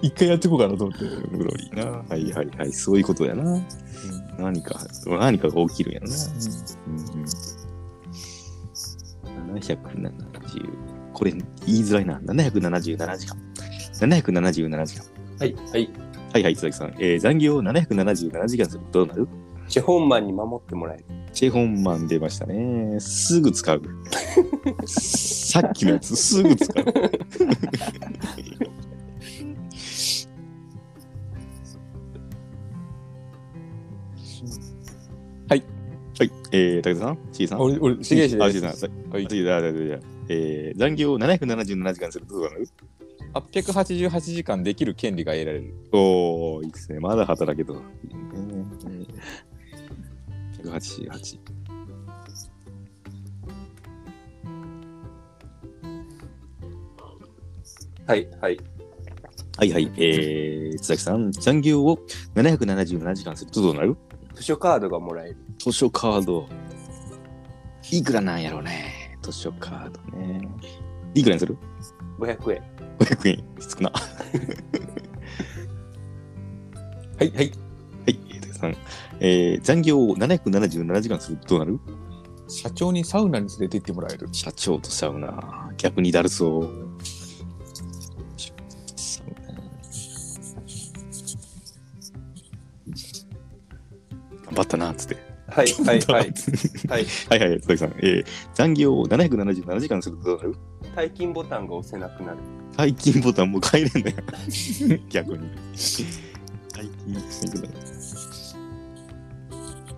B: 一回やってこうかなと思って。
A: な。ブロリーな。はいはいはい、そういうことやな。何か、何かが起きるんやな。うんうん、770これ言いづらいな777時間777時間
G: はい、はい。
A: はいはい、津崎さん。えー、残業を777時間するとどうなる
G: チェホンマンに守ってもらえる。
A: チェホンマン出ましたね。すぐ使う。さっきのやつ、すぐ使う。
B: はい。
A: はい。えー、武田さん、ちいさん。
B: 俺、俺、
C: 重石
A: あ、
C: で
A: ちい
C: す
A: さん。さ
C: は
A: あ
C: い
A: ちいさん、あ大丈夫大丈夫えー、残業を777時間するとどうなる
C: 888時間できる権利が得られる。
A: おー、いいですね。まだ働けと。188。
G: はい、はい。
A: はいはい。えー、津崎さん、残業を777時間するとどうなる
G: 図書カードがもらえる。
A: 図書カード。いくらなんやろうね。図書カードね。いくらにする
G: 500円。
A: ?500 円。少な。は
B: はい、はい。
A: い、えー、たけさん。えー、残業を777時間するとどうなる
B: 社長にサウナに連れて行ってもらえる。
A: 社長とサウナ。逆にだるそう。社長とサウナ頑張ったな、つって。
G: はい、はい、はい。はい。
A: (laughs) はいはい、佐々木さん。えー、残業を777時間するとどうなる
G: 退勤ボタンが押せなくなる。
A: 退勤ボタンもう変えれんだよ。 (laughs) 逆に。退勤してください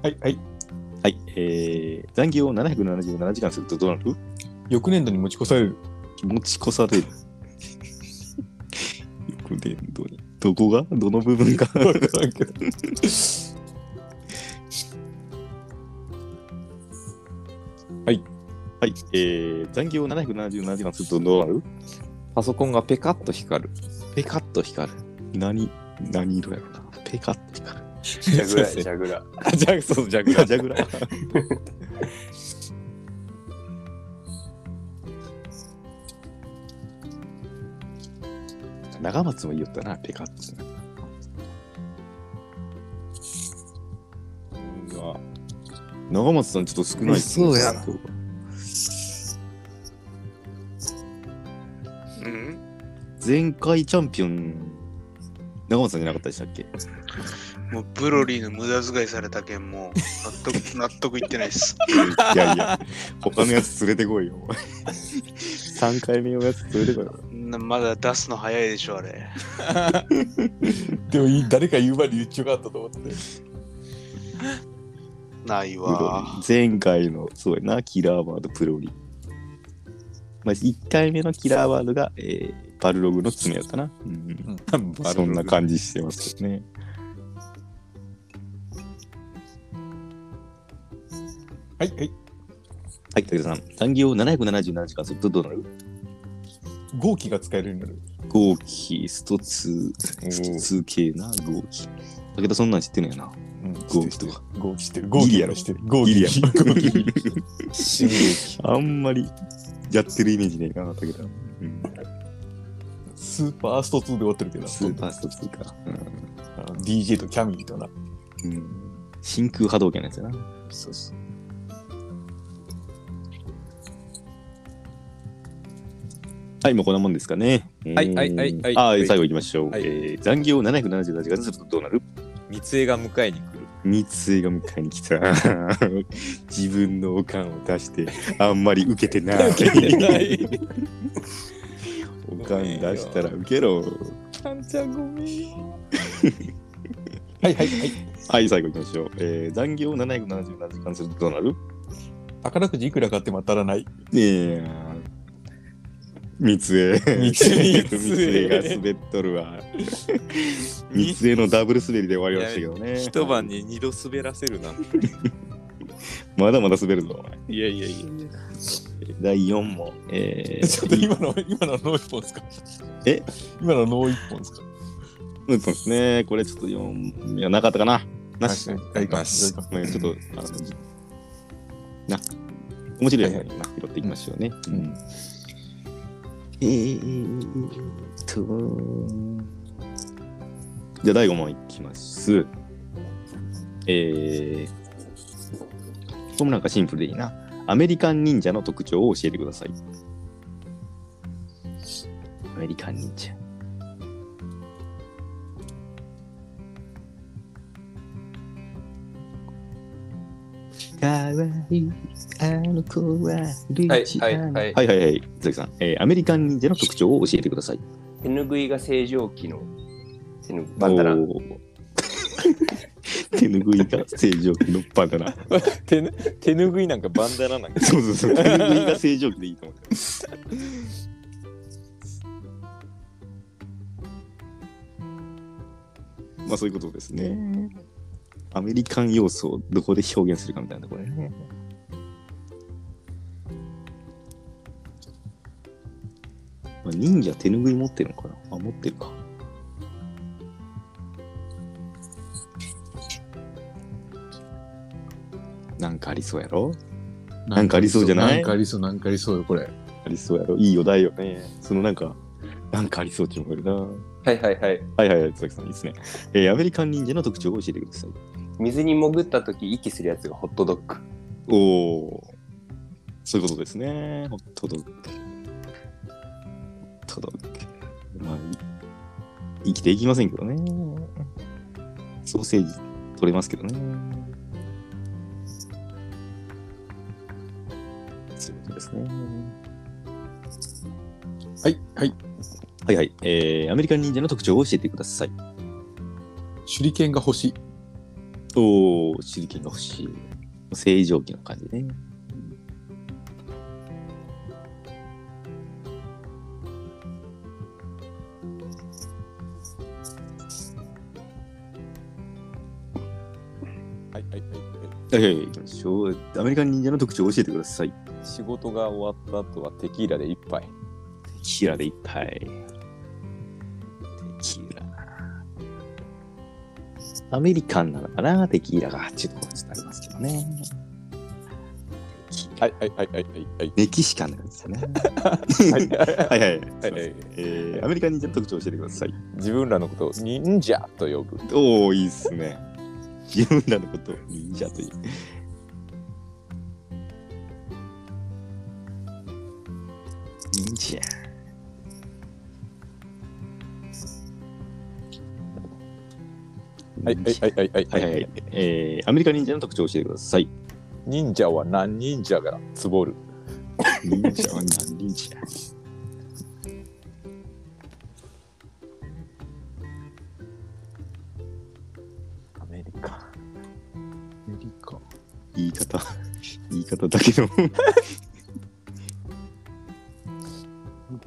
B: はい、はい。
A: はい、えー、残業を777時間するとどうなる
B: 翌年度に持ち越される。
A: 持ち越される。翌年度に。どこがどの部 (laughs) 分がはい、えー、残業を777時間するとどうなる
C: パソコンがペカッと光る。
A: ペカッと光る。何、何色やろな。ペカッと光る。
G: ジャグ
A: (laughs)
G: ラ、
A: そうです
G: ジ
A: ね
G: ャグラ。
A: あ、ジャグ、そう、ジャグラ、ジャグ (laughs) ラ。長松も言いよったな、ペカッと。
C: うわ
A: 長松さんちょっと少ないっすね
C: 嘘やな
E: うん
A: 前回チャンピオン長松さんじゃなかったでしたっけ
E: もうブロリーの無駄遣いされた件も納得 (laughs) 納得いってないっす。
A: いやいや他のやつ連れてこいよ3回目のやつ連れてこいよ
E: なまだ出すの早いでしょ、あれ。
B: でもいい、誰か言うまで言っちゃよかったと思って。
E: ないわ。
A: 前回のそうやなキラーワードプロリまあ、1回目のキラーワードが、えーバルログの爪やったな、うん
B: うん
A: そんな感じしてますけどね
B: はい、はい。
A: はい武田さん残業を777時間するとどうなる
B: 号機が使えるようになる。
A: 合気スト2スト2系な合気武田そんなん知ってんのやな
B: うん、
A: 合気とか
B: 号機してる。
A: ギリやろ
B: してる。号
A: ギ
B: 機
A: リやろ
B: 号機
A: あんまりやってるイメージねえかな、武田。うん、
B: スーパースト2で終わってるけど。
A: スーパースト2か。
B: あの DJ とキャミーとな。
A: うん。真空波動拳のやつやな。
B: そうそう。
A: はい、もうこんなもんですかね。
B: はいはいはいはい
A: あー最後いきましょう。
B: はい
A: えー残業778時間にするとどうなる
C: 三江が迎えに来る。
A: 三井が迎えに来た。 (laughs) 自分のおかんを出して、あんまり受けてない。おかん出したら受けろ。
C: かんちゃんごめんよ。
B: はいはいはい。
A: はい、最後いきましょう。えー残業777時間するとどうなる
B: 宝くじいくら買っても当たら
A: (laughs)
B: ない。
A: いやー三江。
B: 三井
A: 三井が滑っとるわ。三井のダブル滑りで終わりましたけどね。
C: 一晩に二度滑らせるな。
A: まだまだ滑るぞ。
C: いやいやいや。
A: 第4問。えー、
B: (laughs) ちょっと今の、今のはノー一本ですか
A: え今
B: 今のはノー一本ですか
A: そうですね。これちょっと4、いや、なかったかな。なし。
B: はいはい
A: なし。
B: な
A: まあちょっと、あの、な、面白いやつ
B: はい
A: な拾っていきましょうね。
B: うん
A: うんえーっと、じゃあ第5問いきます。えー、これもなんかシンプルでいいな。アメリカン忍者の特徴を教えてください。アメリカン忍者。かわいい、あの子はル
G: はいはいはい。
A: はいはいはい、鈴木さん、えーアメリカン忍者の特徴を教えてください。
G: 手ぬぐいが正常期の手ぬバンダナ。
A: おー (laughs) 手ぬぐいが正常期のバンダナ。
C: (laughs) 手ぬ手ぬぐいなんかバンダナなんか。
A: そうそう (laughs) そう、手ぬぐいが正常期でいいと思う。まあそういうことですね。アメリカン要素をどこで表現するかみたいなこれね。まあ忍者手ぬぐい持ってるのかなあ、持ってるか。なんかありそうやろなんかありそうじゃない
B: なんかありそう、なんかありそうよ、これ。
A: ありそうやろいいお題よね。そのなんか、なんかありそうって思えるな。は
G: はいはいはい。
A: いはいはい、佐々木さん、いいですね。えーアメリカン忍者の特徴を教えてください。
G: 水に潜った時息するやつがホットドッグ。
A: おお、そういうことですね。ホットドッグ。ホットドッグ。まあ、い生きていきませんけどね。ソーセージ取れますけどね。そういうことですね。
B: はいはい。
A: はいはい。えーアメリカン忍者の特徴を教えてください。
B: 手裏剣が欲しい。
A: おお、手裏剣が欲しい。正常期の感じね。
C: はいはいはい。
A: はいはい、行きましょう。アメリカン忍者の特徴を教えてください。
C: 仕事が終わった後はテキーラで一杯。
A: テキーラで一杯。テキーラ。アメリカンなのかなテキーラが。ちょっとこっちになりますけどね。テキーラ
C: はいはいはいはいはいはい。
A: メキシカンなんですね。
C: は
A: (laughs) はいは
C: い
A: い。
C: はいはい
A: えーアメリカン忍者の特徴を教えてください。
C: 自分らのことを忍者と呼ぶ。
A: おお、いいっすね。自分らのことを忍者という。忍者。
C: はいはいはいはいはい
A: は
C: はい
A: はい
C: い、
A: はい、えーアメリカ忍者の特徴を教えてください。
C: 忍者は何忍者がつぼる。
A: 忍者は何忍者
C: アメリカ。
B: アメリカ。
A: 言い方、言い方だけの。ま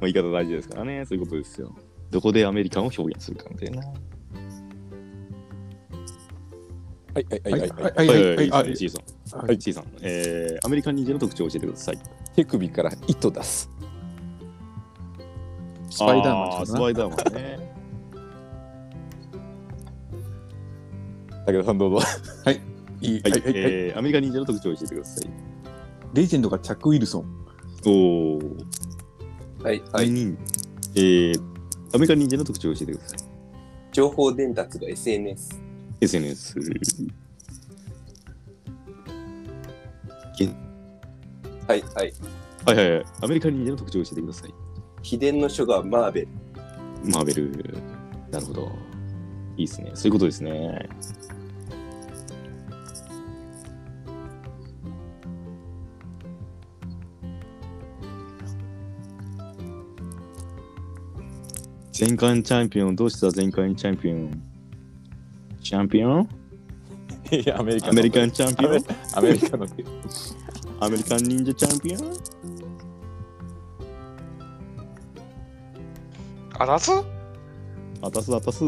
A: あ言い方大事ですからね、そういうことですよ。どこでアメリカンを表現するかみたいな。
C: はいはいは
B: はいい
C: は
B: はいい
C: は
B: はい
C: い。
B: はい
A: は、
B: はいい。
A: C さん。
B: はい
A: C さん。えーアメリカ忍者の特徴を教えてください。
C: 手首から糸出す。
B: スパイダーマン
A: あ
B: かな。
A: スパイダーマンね。
C: 武田さんど
B: い
C: うぞ。
B: い
A: は、
B: はいいはいはい。
A: えーアメリカ忍者の特徴を教えてください。
B: レジェンドがチャック・ウィルソン。
A: おお。
G: はいはい。
A: 忍えーアメリカ忍者の特徴を教えてください。
G: 情報伝達が SNS。
A: SNS。
G: はいはい。
A: はいはいはい。アメリカ忍者の特徴を教えてください。
G: 秘伝の書がマーベル。
A: マーベル。なるほど。いいですね。そういうことですね。前回のチャンピオン、どうした前回のチャンピオン。チャンピオン
B: いや、アメリカ
A: アメリカンチャンピオン
B: アメリカの。
A: アメリカン忍者チャンピオン
E: あらす
A: あたすあたす。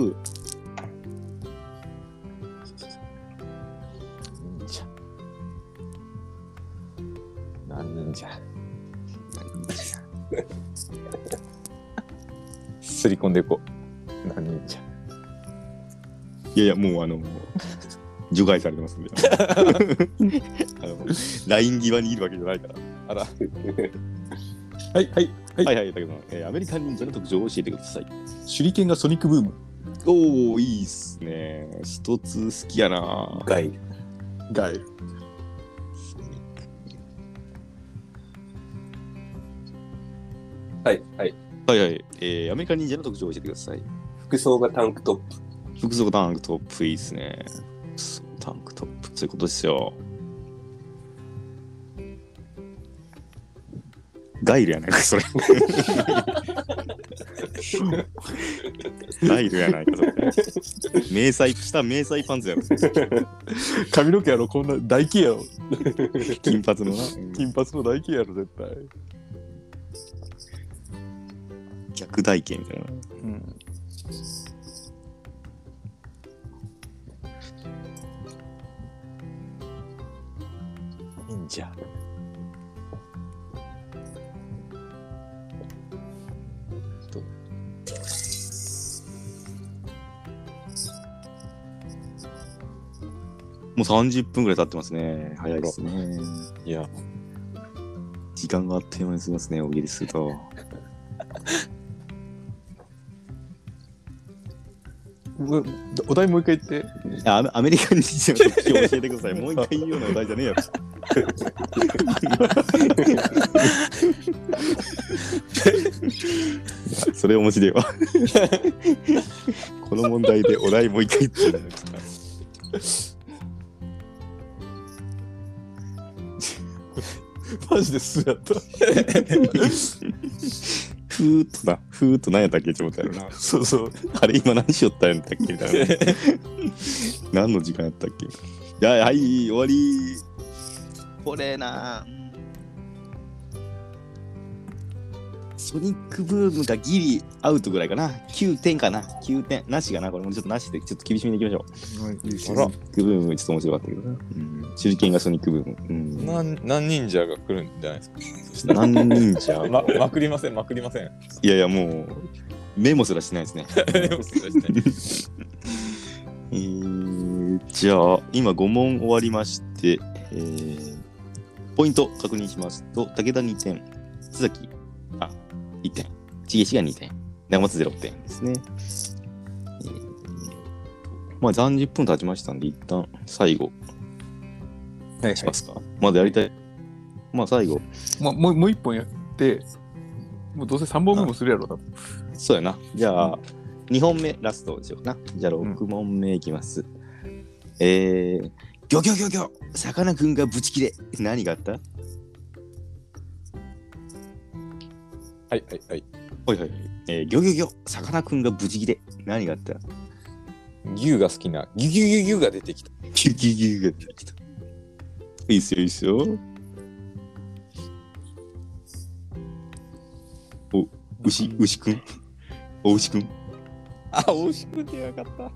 C: なんじゃ。
B: すり込んでいこう。何じゃ。
A: いやいや、もうあの、除外されてますんで。 (laughs) あの、ライン際にいるわけじゃないから。
B: (laughs) はい、はい。
A: はいはい、だけど、えーアメリカン忍者の特徴を教えてください。
B: 手裏剣がソニックブーム。
A: おお、いいっすね。一つ好きやな。
G: ガイル。
B: ガイル。
G: はい、はい。
A: はいはい、えーアメリカン忍者の特徴を教えてください。
G: 服装がタンクトップ。
A: 服装タンクトップいいっすね。服装タンクトップ、そういうことですよ。ガイルやないか、そ
B: (laughs)
A: れ。ガイルやないか、それ。迷彩、下迷彩パンツやろ、それ
B: 髪の毛やろ、こんな大気やろ。
A: 金髪のな。うん
B: 金髪の大気やろ、絶対。
A: 逆台形みたいな。
B: うん。忍者。
A: もう30分ぐらい経ってますね。早いですね。
B: いや。
A: 時間があっという間に過ぎますね、大喜利すると。
B: うお題もう一回言って。
A: いやアメアメリカン人の特徴を教えてください。もう一回言うようなお題じゃねえよ。いやそれ面白いわ。この問題でお題もう一回言ってんだよ
B: マジですやった。
A: ふーっとな、ふーっと何やったっけって思ったやろな。
B: そうそう。
A: あれ今何しよったんやったっけみたいな。何の時間やったっけいや、はい、終わり。これなソニックブームがギリアウトぐらいかな。9点かな。9点。なしかな。これもちょっとなしで、ちょっと厳しめにいきましょう。
B: あ
A: ソニックブーム、ちょっと面白かったけどな。うん。手裏剣がソニックブーム。うん。
C: なん何忍者が来るんじゃないですか。
A: 何忍
C: (laughs)
A: 者
C: ま、まくりません、まくり (laughs) ません。
A: いやいや、もう、メモすらしないですね。えーじゃあ今5問終わりまして、えーポイント確認しますと武田2点須崎あ1点重石が2点長松0点ですね、えーまあ30分経ちましたんで一旦最後
B: はい
A: しますか、まだやりたいまあ最後
B: ま、もうもう一本やって、もうどうせ3本目もするやろ、多分。
A: そうやなじゃあ2本目ラストでしようかなじゃあ6問目いきます、えーギョギョギョギョさかなクンがブチ切れ何があった
C: はいはいはい。
A: はいはいはい。えー、ギョギョギョ、さかなクンが無事切れ。何があった
C: 牛が好きな、ギュギュギュギュが出てきた。
A: ギュギュギュギュが来た。いいっすよ、いいっすよ。お、牛、牛くん。お牛くん。
C: あ、美味しくてよかった。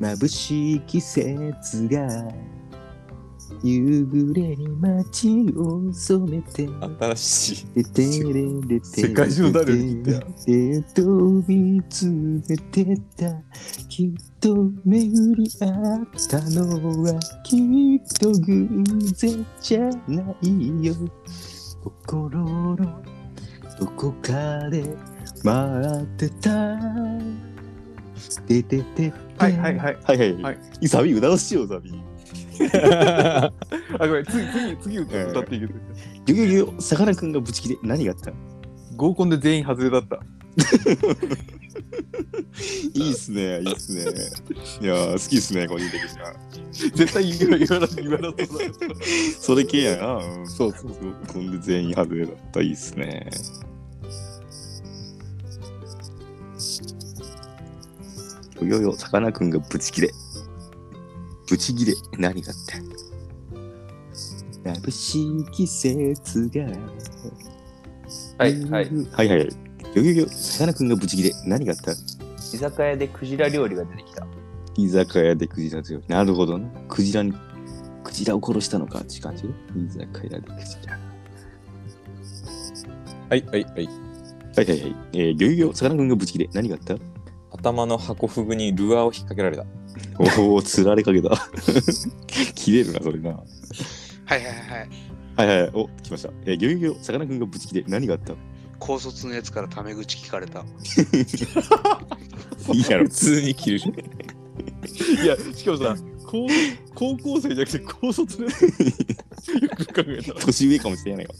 A: 眩しい季節が夕暮れに街を染めて
C: 新し
A: て
C: い。
A: てれれて
B: 世界中の誰より聞いたよ
A: て飛びつめてたきっと巡り合ったのはきっと偶然じゃないよ心のどこかで待ってたでてて。
B: はいはい (laughs) はい。
A: はいはい。
B: はい
A: サビ歌わしよう、サビ。
B: あ、ごめん、次、次、次歌っていける。
A: ギョギョギョ、さかなクンがブチ切れ、何があったい
B: 合コンで全員外れだった。
A: いっすね、いいっすね。いやー、好きっすね、個人的には。
B: 絶対言わ言わな言わなそうだよ。
A: それ系やな。うんそうそうそう。こんで全員外れだった、いいっすね。よよよ、さかなクンがブチ切れ。ブチ切れ、何があった眩しい季節が。
G: はいは
A: はい
G: い。
A: はいはい。よよよ、さかなクンがブチ切れ、何があった
G: 居酒屋でクジラ料理が出てきた。
A: 居酒屋でクジラ強い。なるほどね。クジラに、クジラを殺したのかって感じ。居酒屋でクジラ。
C: はいはいは
A: は
C: い。
A: いはいはい。えー、ギョギョギョ、さかなクンがぶち切れ。何があった
C: 頭のハコフグにルアーを引っ掛けられた。
A: おお、釣られかけた。 (laughs) 切れるな、それな。は
E: はいはいはい。
A: いはいはい。お、来ました。えー、ギョギョギョ、さかなクンがぶち切れ。何があった
E: 高卒のやつからタメ口聞かれた。
A: いいやろ (laughs)
C: 普。通に切る。
B: いや、しかもさ、高高校生じゃなくて高卒
A: (laughs)
B: で。よく考えたら。
A: 年上かもしれないか。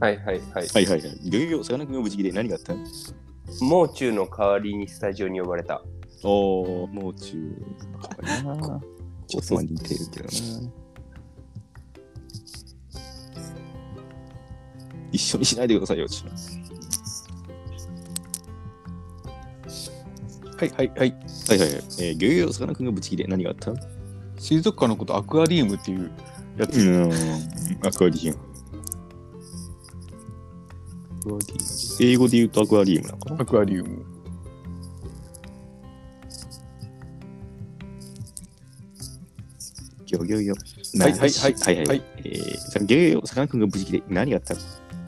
G: はいはいはい。
A: はいはいはい。ギョギョギョ、さかなクンがぶち切れ。何があった
G: もう中の代わりにスタジオに呼ばれた。
A: おお、もう中。なちょっとまあ似てるけどな。一緒にしないでくださいよ、ちょっ
B: はいはいはい。
A: とはいはいはい。えー、ギョギョギョ、さかなクンがぶち切れ。何があった
B: 水族館のことアクアリウムっていうやつ。
A: うん、アクアリウム。英語で言うとアクアリウムなのかな
B: アクアリウム。
A: ギョギョギョ。
B: はいはいはい
A: はいはい。
B: はい
A: えー、さギョギョギョ、さかなクンが無事切れ。何があった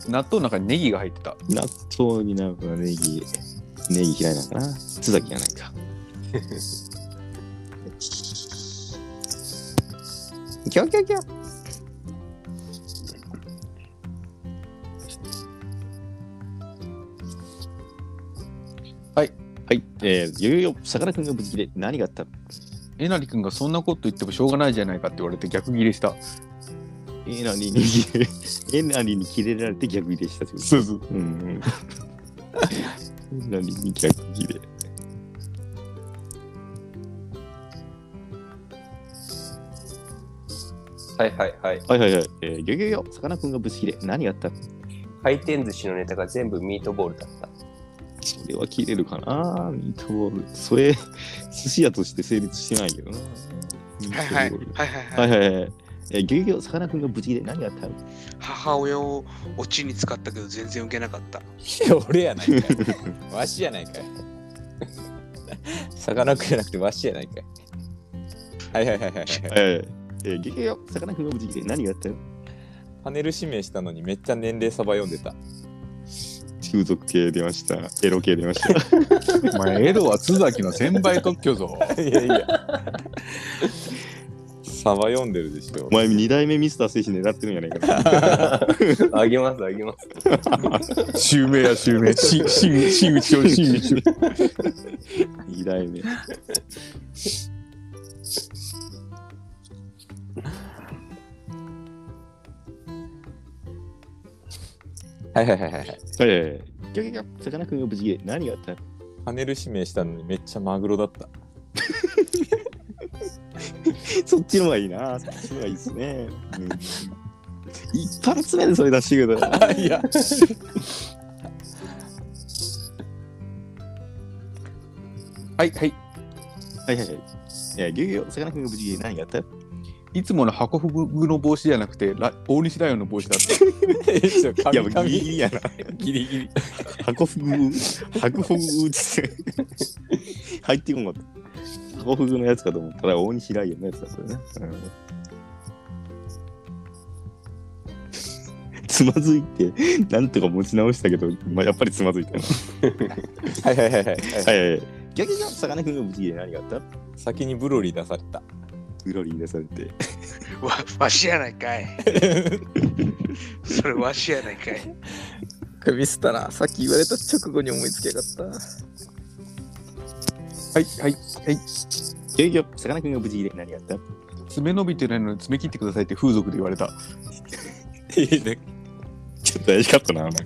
B: 納豆の中にネギが入ってた。
A: 納豆になんかネギ、ネギ嫌いなのかな津崎じゃない
B: (laughs)
A: か。ギョギョギョ。
B: はい。
A: はい。えー、ギョギョギョ、さかなクンが無事切れ。何があった
B: えなりくんがそんなこと言ってもしょうがないじゃないかって言われて逆ギレした。
A: えな
B: (laughs)
A: りに切れ、えなりに切れられて逆ギレしたってこと。
B: そうそう。
A: うん。 (laughs) えなりに逆ギレ。
G: はいはいはい。
A: はいはいはい。えー、ギョギョギョ、さかなクンがぶち切れ。何があった
G: 回転寿司のネタが全部ミートボールだった。
A: それは切れるかなミートボール。それ、 (laughs) 寿司屋として成立してないけどな。
E: はいはい
A: ミートボール
E: はいはい
A: は
E: はいい。
A: はいはい。えー、ギョギョギョ、さかなクンがぶち切れ。何があった
E: 母親をオチに使ったけど全然受けなかった。
C: 俺やないかい。わしやないかい。魚くんじゃなくてわしやないかい。はいはいはいはいはい。
A: えー、えー、ギョギョギョ、さかなクンがぶち切れ。何があった
C: パネル指名したのにめっちゃ年齢サバ読んでた。
A: 中族系出ました。エロ系出ま (laughs) した。
B: お前、エロは津崎の先輩特許ぞ。
C: (laughs) いやいや。サバ読んでるでしょ
A: お。前、二代目ミスター精神狙ってるんやないか (laughs) な。
G: (laughs) あげますあげます。
B: 襲名や襲名。 (laughs) し、し、し、うちを、し、うちを。
A: (laughs) 二代目。
C: はいはいはいはい。
A: はいはいはい。ギョギョギョ、さかなクンが無事で何があった
C: パネル指名したのにめっちゃマグロだった。
A: そっちの方がいいな。そっちの方がいいですね。一発目でそれ出してくれたら。
C: いや。
B: はいはい。
A: はいはいはい。いや、ギョギョギョ、さかなクンが無事で何があった
B: いつもの箱服の帽子じゃなくて、ラ大西ライオンの帽子だった。
C: (laughs)
A: いや、
C: や
A: もうギリギリやな。
C: ギリギリ。
A: 箱ふぐ、箱ふぐっつって。入ってこんかった。箱ふぐのやつかと思ったら、大西ライオンのやつだったよね。うんつまずいて、なんとか持ち直したけど、まあ、やっぱりつまずいたよ
C: はいはいはいはい。
A: はいはいはい。ギョギョギョ、さかなクンが無事で何があった
C: 先にブロリー出された。
A: グロリー出されて。
E: わわしやないか (laughs) い。それわしやないかい。
H: 首すたな、さっき言われた直後に思いつきやがった。
B: はい、はい、はい。
A: いよいよ、さかなクンが無事で何やった
B: 爪伸びてないのに爪切ってくださいって風俗で言われた。
C: いいね。
A: ちょっと怪しかったな、なんか。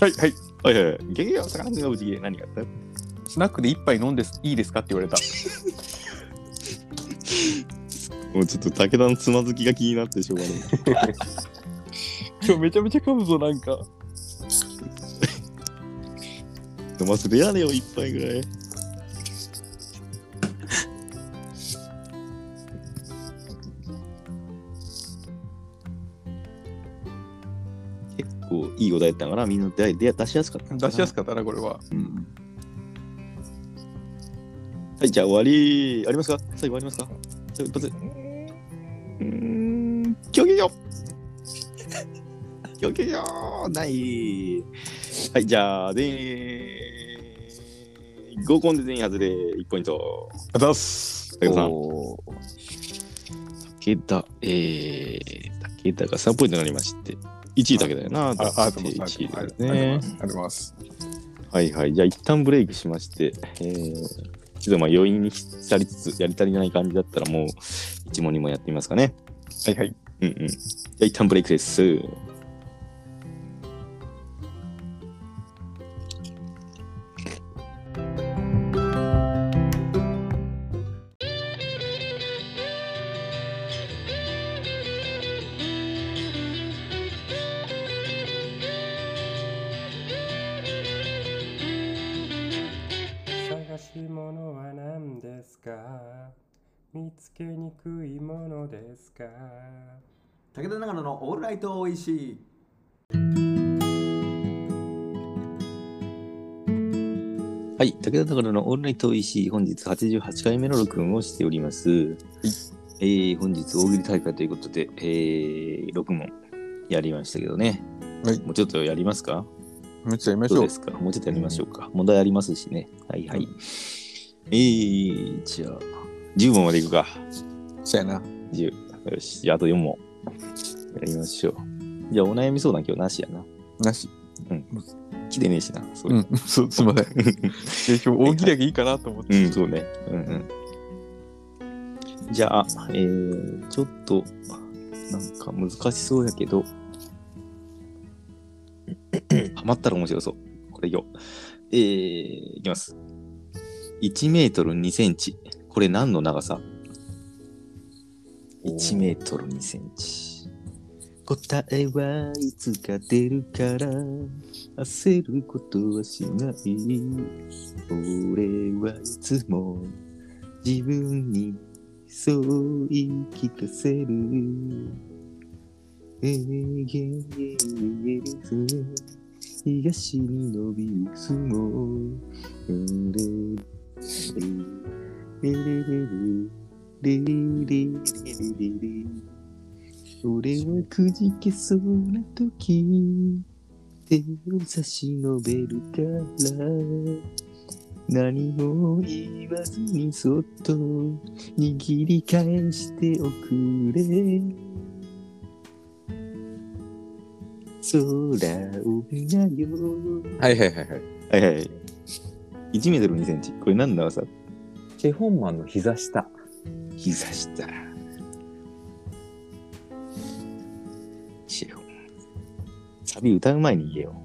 B: はい、はい。
A: はいはいはい。ゲゲゲはさかなクンが無事で何やった
B: スナックで一杯飲んですいいですかって言われた。
A: もうちょっと武田のつまずきが気になってしょうがない。
B: 今日めちゃめちゃ噛むぞ、なんか。
A: 飲ませてやれよ、一杯ぐらい。結構いいお題やったから、みんな出出しやすかったのかな
B: 出しやすかったな、これは。
A: うんはい、じゃあ終わり。ありますか最後ありますか最後一発。うーん、競技場 (laughs) 競技場ない。はい、じゃあ、で合コンで全員外れ1ポイント。
B: あざっす。
A: 武田さん。武田、えー、武田が3ポイントになりまして、1位だけだよな。
B: あ、ありがとうございます。
A: 1位だ
B: あ
A: よ
B: りがとうござい
A: ね
B: ま。す。ありがとうございます。
A: はいはい。じゃあ一旦ブレイクしまして、えー、ちょっとまあ余韻に浸りつつ、やり足りない感じだったらもう、一問にもやってみますかね。
B: はいはい。
A: うんうん。じゃあ一旦ブレイクです。
I: 探し物は何ですか見つけにくいものですか
F: 武田長野のオールライトおいしい。
A: はい。武田からのオンライト EC、本日88回目の録音をしております。えー、本日大喜利大会ということで、えー、6問やりましたけどね。
B: はい
A: もうちょっとやりますか
B: めっちゃやりまし
A: そう
B: ょう
A: で。すか。もうちょっとやりましょうか。問題ありますしね。はいはい。えー、じゃあ、10問までいくか。
B: そうやな。
A: 10。よし、じゃああと4問。やりましょう。じゃあ、お悩み相談今日なしやな。
B: なし。
A: 来てねえしな。そう
B: (laughs)
A: う,、
B: ん、そうすみません。で今日大喜利だけいいかなと思って。
A: うん、そうね。うんうん。じゃあ、えー、ちょっと、なんか難しそうやけ (clears throat) ど、ハマったら面白そう。これいこう。えー、いきます。1メートル2センチ。これ何の長さ ?1 メートル2センチ。答えはいつか出るから焦ることはしない。俺はいつも自分にそう言い聞かせる。えーげーげーげーげー東に伸びる雲。うんれれれれれれれれれれれ俺はくじけそうな時手を差し伸べるから何も言わずにそっと握り返しておくれ空を見なよ
C: はいはいはいはい。
A: はいはい1メートル2センチこれ何の長さ
G: チェホンマンの膝下。
A: 膝下シェフサビ歌う前に言えよ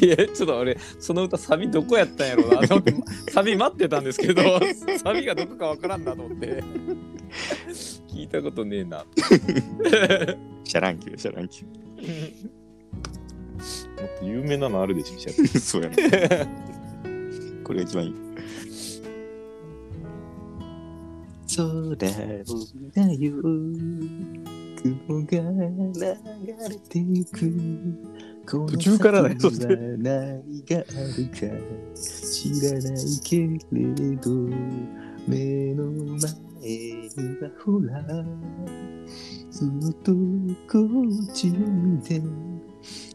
C: いや、ちょっと俺、その歌、サビどこやったんや (laughs) ろうなと思って、サビ待ってたんですけど、サビがどこかわからんなと思って、聞いたことねえな。
A: シャランキューシャランキュ
C: もっと有名なのあるでしょ、
A: ーそうやね
G: (laughs)
A: これが一番いい空を見なよ雲が流れてゆく
B: 途中からだよ
A: この先には何があるか知らないけれど目の前にはほらずっとこっちを見て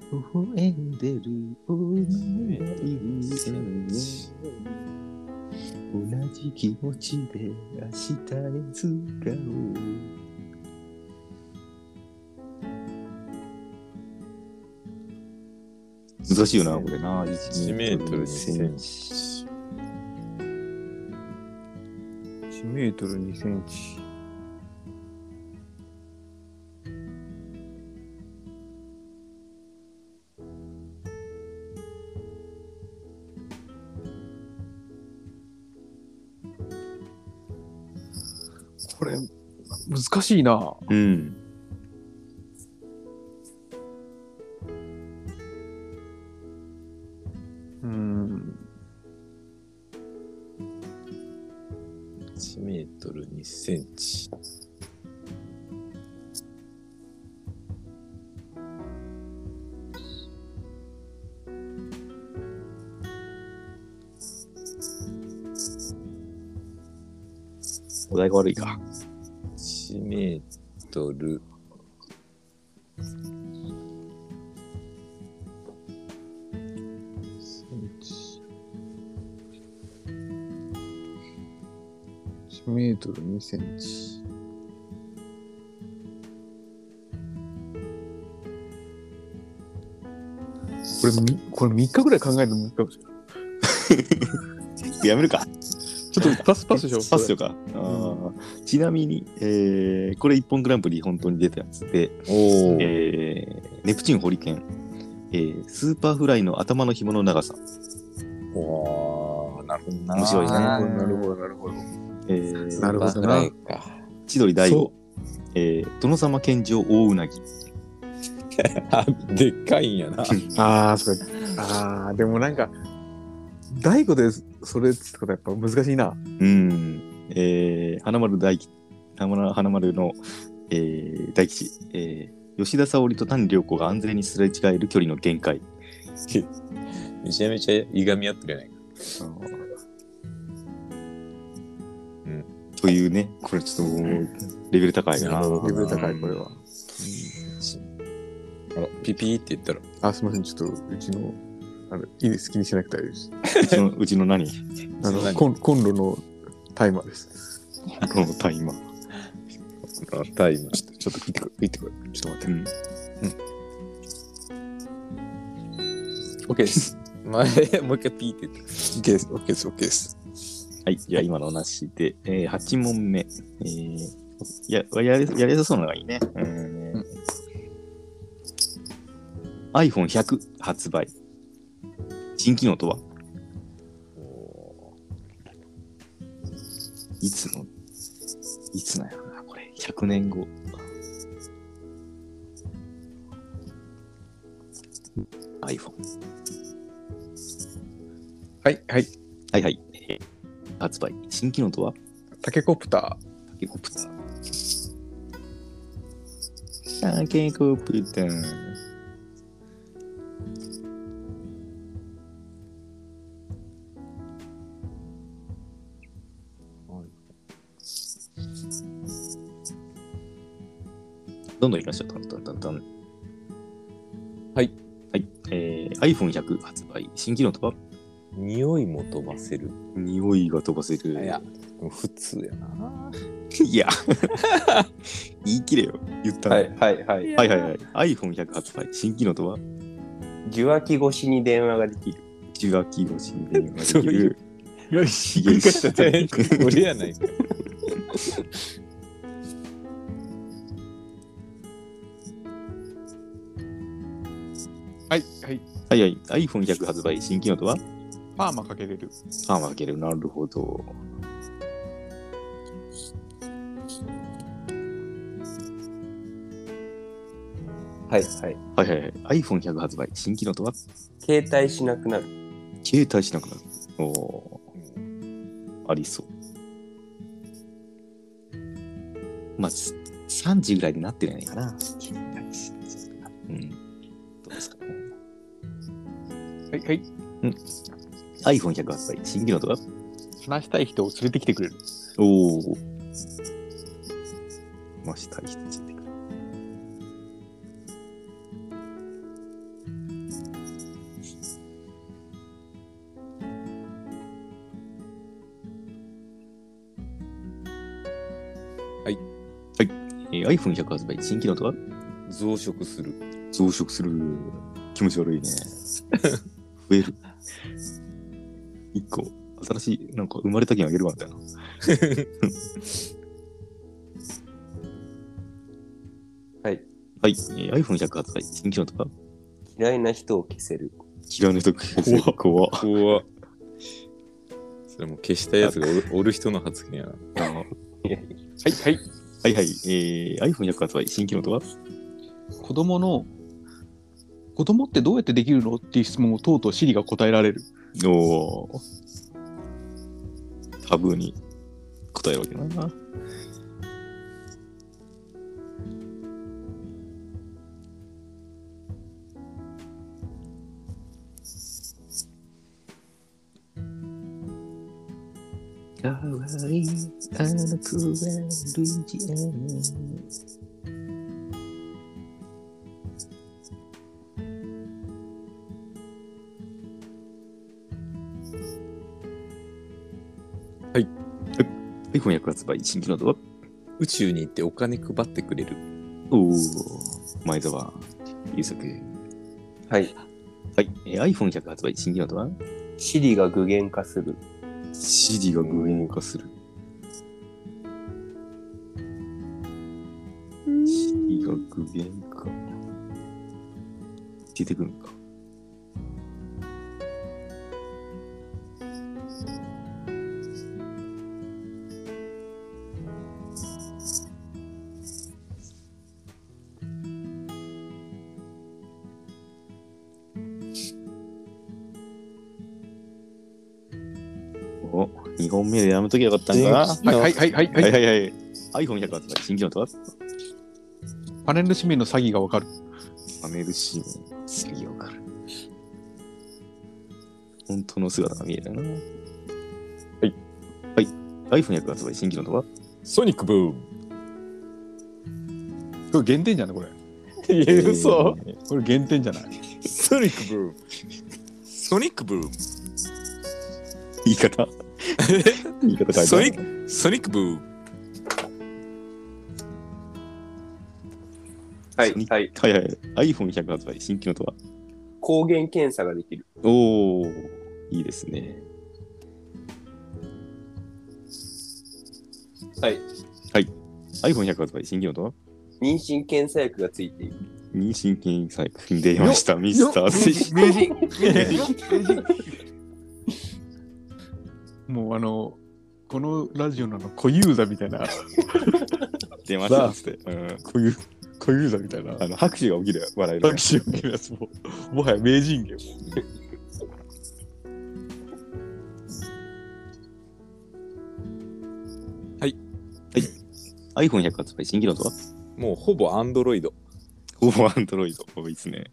A: 微笑んでるお前がいる同じ気持ちで明日へ空を難しいよな、これな。1
C: 1メートル
A: 1000
C: 2センチ。
B: 1メートル2センチ。これ、難しいな。
A: うん。
B: うん。
C: 1メートル2センチ。
A: お題が悪いか。
C: 1メートル。
B: 1メートル2センチ。これ、みこれ3日ぐらい考えるの難しいかもしれない。
A: やめるか。
B: ちょっとパスパスしよう。
A: (laughs) パスしようか。あーちなみに、えーこれ一本グランプリ本当に出たやつで、
C: おお。
A: えーネプチューンホリケン、えースーパーフライの頭の紐の長さ、
C: わー、なるほどな。
A: 面白いね
B: なるほど、なるほど。
A: えー
B: なるほどな
G: バーフライか
A: 千鳥大
B: そ
A: 悟、えー殿様献上大うなぎ。
C: あ (laughs) でっかいんやな。
B: ああ、それ。ああ、でもなんか、大悟でそれっつってことはやっぱ難しいな。
A: うん。えー花丸大吉、花丸花丸の、えー大吉、えー吉田沙保里と谷涼子が安全にすれ違える距離の限界。
C: めちゃめちゃいがみ合ってるやないか。
A: というね、これちょっともうレベル高いな。
B: レベル高い、これは。
C: あら、ピピーって言ったら。
B: あ、すみません、ちょっと、うちの、あの、いいです、気にしなくて大丈夫です。
A: うちのうちの何
B: あの、コンコンロのタイマーです。
A: このタイマー。
C: あ、タイム。
B: ちょっと、ちょっと、行ってこい、行ってこい。ちょっと待って。
C: オッケー
B: (laughs)
C: です。まあ、もう一回ピーって言った。
B: OK です、OK です、OK です。
A: はい。じゃあ今のなしで、えー、8問目。えー、ややれやれやそうなのがいいね。うん、iPhone100 発売。新機能とはいつのいつなんやろな、これ。100年後。iPhone。
B: はい、はい。
A: はいはい。えー発売。新機能とは
B: タケコプ
A: タ
B: タ
A: ケコプター。タケコプター。どんどんいきましょう。どんどんどんどん。
C: はい。
A: はい。えー、iPhone100 発売。新機能とは
C: 匂いも飛ばせる。
A: 匂いが飛ばせる。
C: いや、普通やな。
A: いや、 (laughs) 言い切れよ。言ったの
G: はいは
C: (laughs)
G: いはい。
A: はいはい
B: (laughs)
A: はい。iPhone100 発売。新機能とは
G: 受話器越しに電話ができる。
A: 受話器越しに電話
C: そう
A: でき
C: い
A: る。よし、刺激した (laughs)
C: 俺やないか。
B: ー。はい、はい。
A: はいはい。iPhone100 発売。新機能とは
B: パーマかけれる。
A: あ、負ける。なるほど。
G: はいはい。
A: はいはいはい。iPhone100 発売。新機能とは
G: 携帯しなくなる。
A: 携帯しなくなる。おおー。ありそう。まあ、す30ぐらいになってるんじゃないかな。うん。どうですかね。
B: はい、はい。
A: iPhone100 発売。新機能とは
B: 話したい人を連れてきてくれる。
A: おお。まあ、下についてくる。えー iPhone100 発売、新機能とか
C: 増殖する。
A: 増殖する。気持ち悪いね。増える。一個、新しい、なんか生まれた件あげるわ、みたいな。
G: (laughs)
A: は
G: はい。
A: い、えー iPhone100 発売、新機能とか
G: 嫌いな人を消せる。
A: 嫌いな人消せる。怖っ。
C: 怖っそれもう消したやつがおるおる人の発言やな。
A: あのはい、はい。はい、はい。えー、iPhone100 発売、新機能とか
J: 子供の子供ってどうやってできるのっていう質問をとうとう Siri が答えられる。
A: おータブーに答えるわけだな。かわいい、あの子はルイジアナ。iPhone100 発売、新機能とは
C: 宇宙に行ってお金配ってくれる。
A: おお、前澤優作。
G: はい。
A: はい、えー iPhone100 発売、新機能とは
G: シリが具現化する。
A: ?CD が具現化する。CD が具現化。出てくるのか。お、2本目でやめときゃよかったんかな。は
J: はいはいはいはい、はい
A: いはいはい。iPhone100 発売、新機能とは
J: パネル指名の詐欺がわかる。
A: パネルシーン、詐欺わかる。本当の姿が見えたな。はい。はい。iPhone100 発売、新機能とは
C: ソニックブーム。
J: これ減点じゃないこれ。
C: い
A: え
C: や、嘘、
J: これ減点じゃない。
C: ソニックブーム。ソニックブーム。
A: 言い方 (laughs) 言い方変えた
C: ソニック、ソニックブーム。
G: はい
A: ソニ。
G: はい。
A: はいはい。iPhone100 発売、新機能とは
G: 抗原検査ができる。
A: おお、いいですね。
G: はい。
A: iPhone100 発売、新機能 (laughs) とは
G: 妊娠検査薬がついている。
A: 妊娠検査薬出ました、ミスターセシ。
J: 名人名人もうあの、このラジオのあの小遊三みたいな、
A: 出ましたっつって。うん。
J: 小遊小遊三みたいな、
A: あの、拍手が起きるよ、笑える。
J: 拍手を受けるやつも、もはや名人芸。
A: iPhone100 発売、新機能とは
C: もうほぼアンドロイド。
A: ほぼアンドロイド。多いですね。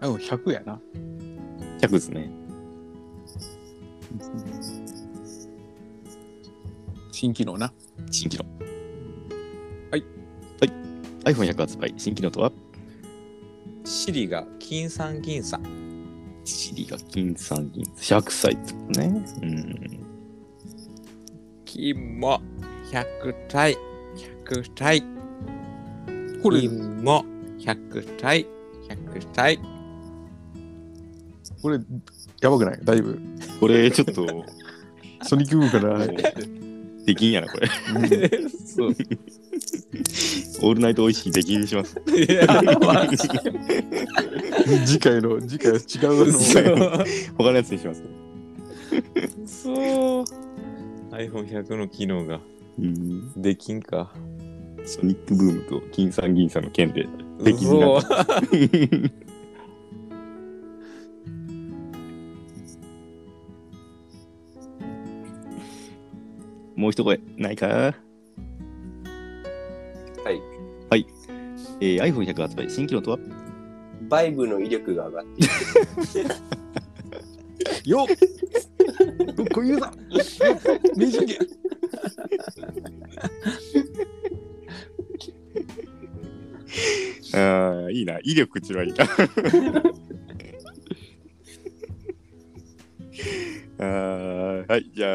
J: あ、もう100やな。
A: 100ですね。
J: 新機能な。
A: 新機能。
C: はい。
A: はい。iPhone100 発売、新機能とは
C: シリが金さん銀さん。
A: シリが金さん銀100歳ってことね。うん。
C: 金も100体。100体。
J: これ、
C: 金も100体。100体。
J: これ、やばくないだいぶ。
A: これ、ちょっ (laughs) と、
J: ソニックブームから、 (laughs)
A: できんやな、これ。
C: そう。
A: オールナイトおいしい、できんにします。 (laughs)
C: いや、まあ
J: 次回の、次回は違うの。 (laughs)
A: 他のやつにします。
C: そう。iPhone100 の機能が
A: うん。
C: できんか。
A: ソニックブームと金さん銀さんの件で。できん
C: そ
A: な
C: う。
A: もう一声、ないか
G: はい。
A: はい。えー、iPhone100 発売、新機能とは
G: バイブの威力が上がっている。
J: よっ
K: 固有だ
B: 名人芸
A: ああ、いいな。威力ちらいいな。 (laughs) あーはい、じゃ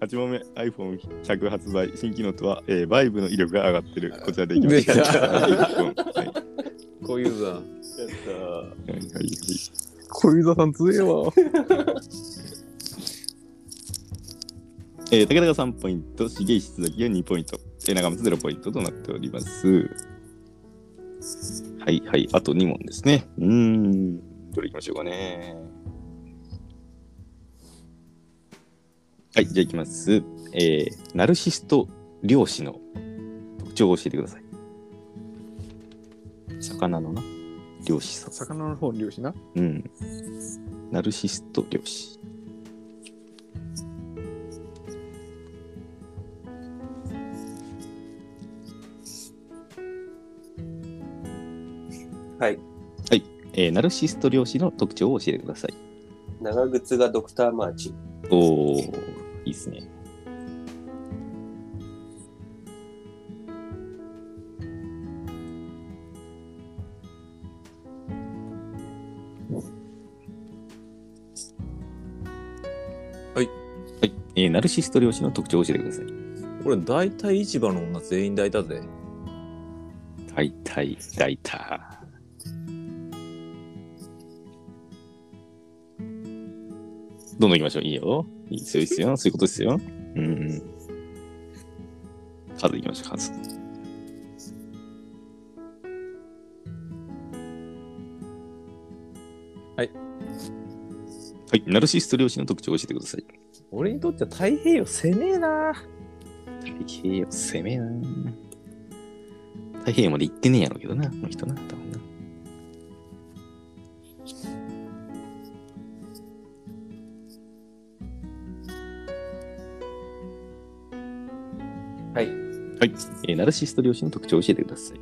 A: あ、8問目、iPhone100 発売、新機能とは、えー、バイブの威力が上がってる。こちらでいきましょう。
C: 出た
A: はい一本はいは
C: こういうざ。やっ
A: いはいはい
B: 小遊三さん強えわ。
A: えー、武田が3ポイント、重石津崎が2ポイント、えー、長松0ポイントとなっております。はいはい、あと2問ですね。うーん、どれいきましょうかね。はい、じゃあいきます。えー、ナルシスト漁師の特徴を教えてください。魚のな、漁師さん。
B: 魚の方漁師な。
A: うん。ナルシスト漁師。
G: はい。
A: はい、えーナルシスト漁師の特徴を教えてください。
G: 長靴がドクターマーチン。
A: おお、いいっすね。
C: は
A: は
C: い。
A: い、えーナルシスト漁師の特徴を教えてください。
C: これ大体市場の女全員大だぜ。
A: 大体、大体。どんどん行きましょう。いいよ。いいですよ、いいですよ。そういうことですよ。うんうん。数行きましょう、数。
C: はい。
A: はい。ナルシスト漁師の特徴を教えてください。
C: 俺にとっては太平洋攻めえな。
A: 太平洋攻めな太平洋まで行ってねえやろうけどな、この人な、多分な。
G: は
A: は
G: い。
A: い、えーナルシスト漁師の特徴を教えてください。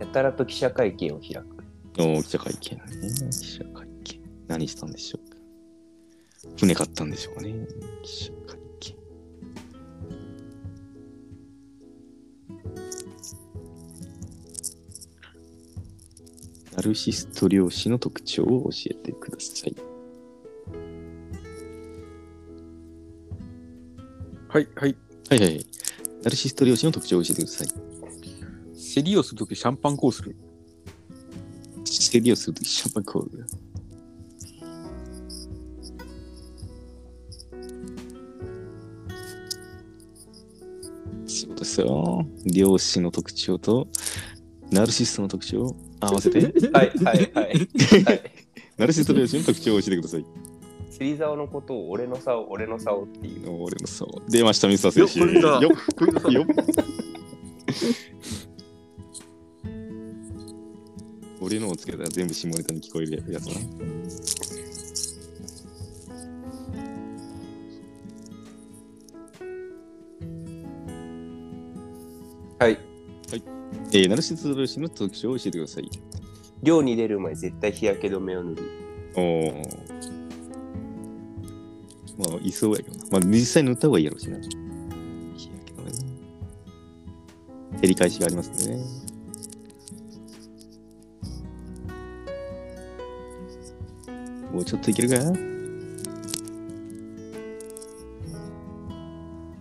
G: やたらと記者会見を開く。
A: おー記者会見ね。記者会見。何したんでしょうか。船買ったんでしょうかね。記者会見。ナルシスト漁師の特徴を教えてください。
B: はいはい。
A: はいはいはい。ナルシスト漁師の特徴を教えてください。
B: 競りをするときシャンパンこうする。
A: 競りをするときシャンパンコール。そういうことですよ。漁師の特徴とナルシストの特徴を合わせて、
G: はいはいはい。はい。
A: ナルシスト漁師の特徴を教えてください。
G: (laughs) 釣り竿のことを俺の竿、俺の竿っていう。
A: 俺もそう。出ました、ミスター選手。
L: よっこいいな
A: よっこいいなよっ俺のをつけたら全部下ネタに聞こえるやつな。
G: はい。
A: えー、ナルシスト漁師の特徴を教えてください。
G: 漁に出る前、絶対日焼け止めを塗る。
A: おお。まあ、いそうやけどな。まあ、実際塗った方がいいやろうしな。日焼け止めな。照り返しがありますね。もうちょっといけるか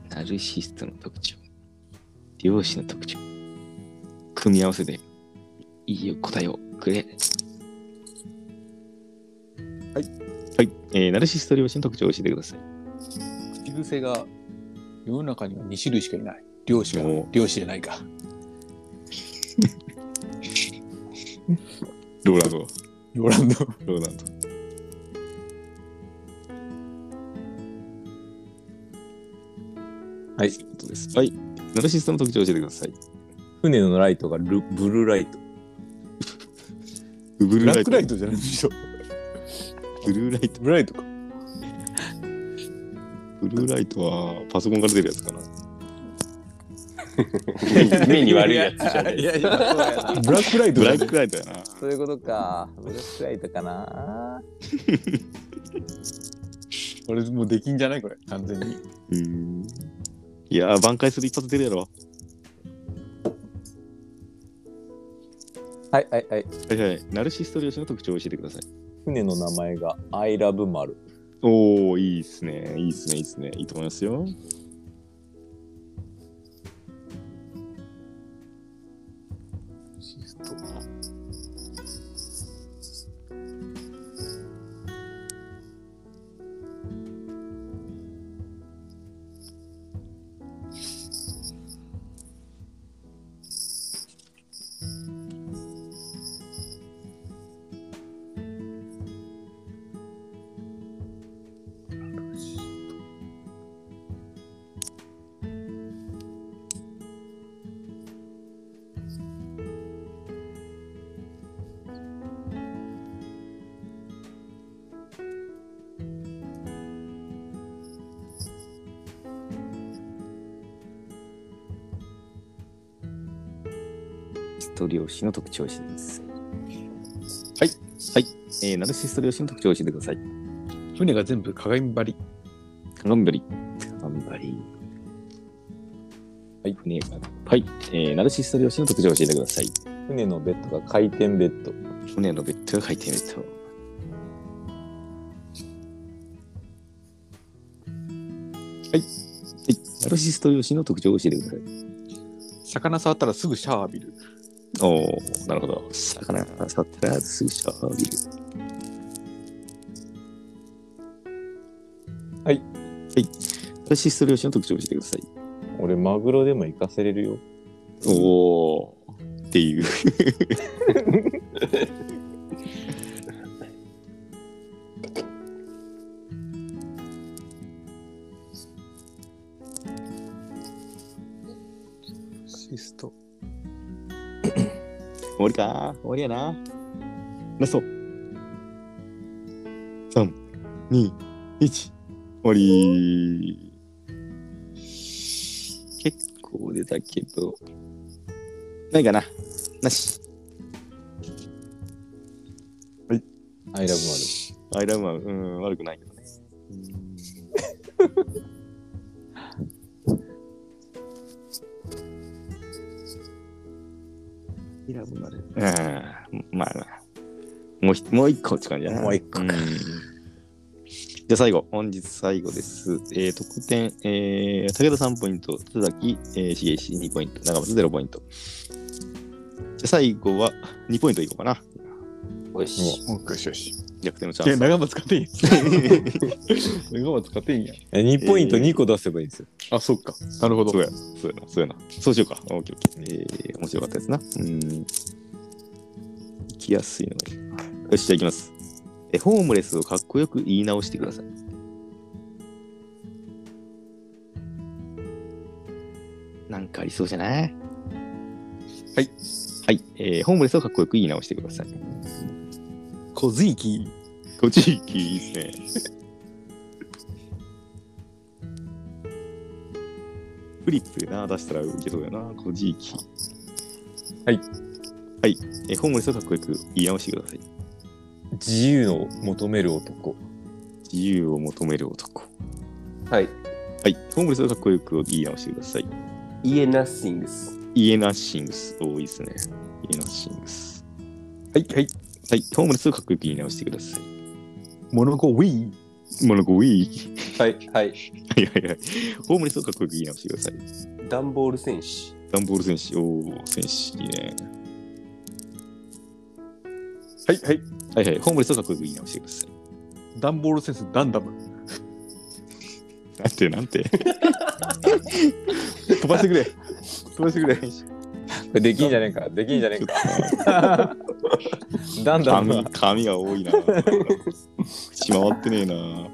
A: ナルシストの特徴。漁師の特徴。組み合わせで、いいよ答えをくれ。はい、えー、ナルシスト漁師の特徴を教えてください。
B: 口癖が世の中には2種類しかいない。漁師か
A: おー
B: 漁師じゃないか。
A: ローランド。
B: ローランド。
A: ローランド。
B: はい
A: そういうことです。はい。ナルシストの特徴を教えてください。
C: 船のライトがルブルーライト。
A: ブル
B: ブ
A: ー
B: ラ
A: ラ
B: ッ
A: イト。
B: クライトじゃないでしょ。
A: ブルーライト。
B: ブライトか。
A: ブルーライトはパソコンから出るやつ (laughs) かな。
G: 目に悪いやつじゃない
J: い
G: です
J: やいや、そうや
B: (laughs)
J: な。
B: ブラックライ
A: ブ
B: トじゃ
A: ラ
B: ない
A: ックライトやな。
J: そういうことか。ブラックライトかな。
B: 俺もうできんじゃないこれ、完全に。
A: うん。いやー、挽回する一発出るやろ。
C: はいはいはい。
A: はいはい。ナルシスト漁師の特徴を教えてください。
C: 船の名前がアイラブ丸。
A: おおいいっすね。いいっすね。いいっすね。いいと思いますよ。
M: スト漁師の特徴詞です。
A: はい。はい。えー、ナルシスト漁師の特徴を教えてください。
N: 船が全部鏡張り。
A: 鏡張り。鏡張り。はい。船がはい。えー、ナルシスト漁師の特徴を教えてください。
C: (laughs) 船のベッドが回転ベッド。
A: 船のベッドが回転ベッド。はい。はい。ナルシスト漁師の特徴を教えてください。
N: 魚触ったらすぐシャワー浴びる。
A: おおなるほど。魚触ったらすぐシャワー浴びる。
C: は
A: は
C: い。
A: い。ナルシスト漁師の特徴を教えてください。
C: 俺、マグロでも行かせれるよ。
A: おおっていう
N: シスト。
A: 終わりか終わりやなラスト321終わり結構出たけどないかななし
C: アイラブ
A: アイラブはうん悪くない (laughs) けどね
M: イラブまで。
A: うんまあまあもうひもう一個って感じだな
M: もう一個
A: んじゃあ最後本日最後です、えー、得点、えー、武田3ポイント津崎、えー、重石2ポイント長松0ポイントじゃあ最後は2ポイントいこうかな
G: よし。
B: よしよし。
A: 逆転のチ
B: い
A: ャ
B: や、
A: ンス
B: 長松勝てんや。 (laughs) 長松勝てんや。
C: 丸。え、2ポイント2個出せばいいんですよ。
B: あ、そっか。なるほど
A: そう。やそうやなそうやなそうしようかオッケーオッケー、えー、面白かったですなうん行きやすいのがいいなよしじゃあ行きますえホームレスをかっこよく言い直してくださいなんかありそうじゃないはい。はい。えー、ホームレスをかっこよく言い直してください。
N: 小ずいき。
A: ご地域いいですね。フリップでな、出したら受けそうやな、ご地域。
B: はい。
A: はい。えー、ホームレスをかっこよく言い直してください。
C: 自由を求める男。
A: 自由を求める男。は
G: はい。
A: い。ホームレスをかっこよく言い直してください。
G: イエナッシングス。
A: イエナッシングス。多いですね。イエナッシングス。はい、はい。はい。ホームレスをかっこよく言い直してください。
N: モノコウィー。
A: モノコウ (laughs) ィー。
G: はい。は
A: はい
G: い。
A: はいはい。ホームレスをかっこよく言い直してください。
G: ダンボール戦士。
A: ダンボール戦士、おお、戦士、いいね。
B: はい、はい。
A: はいはい、ホームレスをかっこよく言い直してください。
N: ダンボールセンスガンダム。
A: なんて、なん
C: (laughs)
A: て。
B: 飛ばしてくれ。飛ばしてくれ。
C: これできんじゃねえか。できんじゃねえか。
B: (laughs)
C: だんだん
A: 髪、髪が多いな。口回ってねえな。は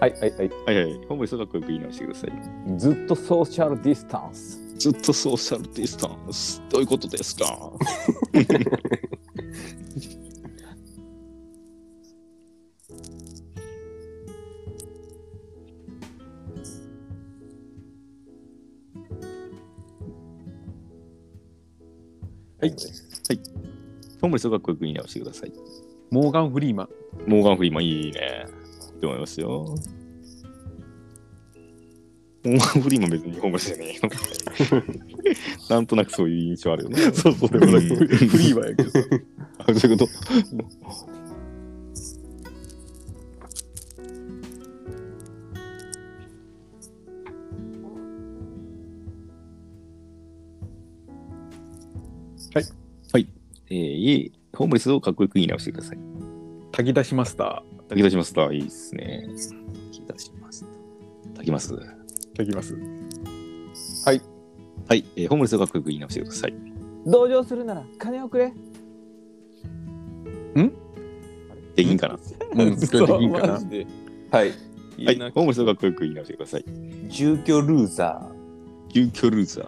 C: はいはいはい。
A: いはい、ホームレスをかっこよく言い直してください。
C: ずっとソーシャルディスタンス。
A: ずっとソーシャルディスタンス、どういうことです
C: (laughs)
A: か
B: はい。
A: ホームレスをかっこよく言い直してください。
O: モーガン・フリーマン。
A: モーガン・フリーマンいいね。って思いますよ。モーガン・フリーマン別に日本語じゃねえよ。 (laughs) なんとなくそういう印象あるよね。 (laughs) そうそう、でもなんかフリーマンやけど。 (laughs) あ、そういうこと。
O: はい。
A: はい。えー、いえホームレスをかっこよく言い直してください。
O: 炊き出しマスタ
A: 炊き出しマスター、いいっすね。炊き出しマスター。炊きます。
O: ー。炊きます。
A: はい、えーホームレスをかっこよく言い直してください。
J: 同情するなら金をくれ
A: でいいんかな。
B: うん、 (laughs) それでいいか
C: マ
B: な
C: ジ。で
G: はい。
A: は
C: 言え
A: い、ホ
C: なく
A: ームレスをかっこよく言い直してください。
G: 住居ルーザ
A: 急遽ルーザー。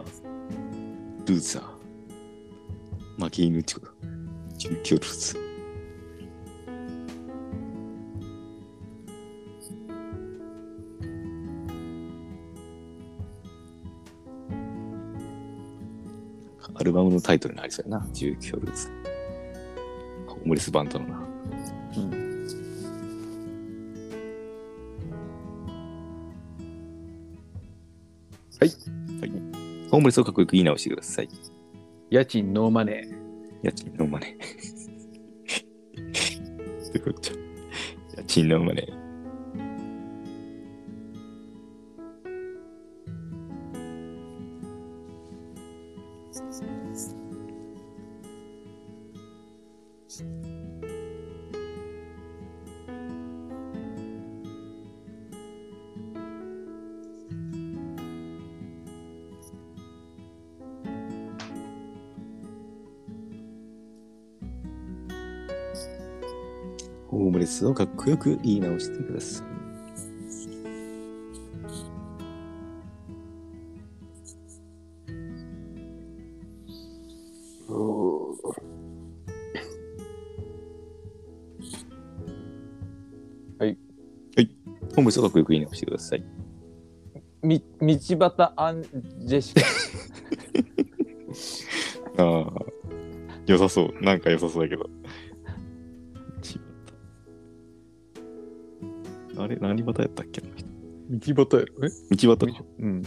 A: ルーザー。負け犬ってこと。急遽ルーザー。アルバムのタイトルになりそうやな。住居ルーザー。ホームレスバンドのな。ホームレスをかっこよく言い直してください。
O: 家賃ノーマネー。
A: 家賃のマネ。 (laughs) どういうこっちゃ。家賃のマネ。ホームレスをかっこよく言い直してください。
B: はい。
A: はい。ホームレスをかっこよく言い直してください。
J: み道端アンジェシカ
A: (laughs) ああ、良さそう。なんか良さそうだけど。あれ何端やったっけな
B: 道端やろえ
A: 道端か。
B: うん。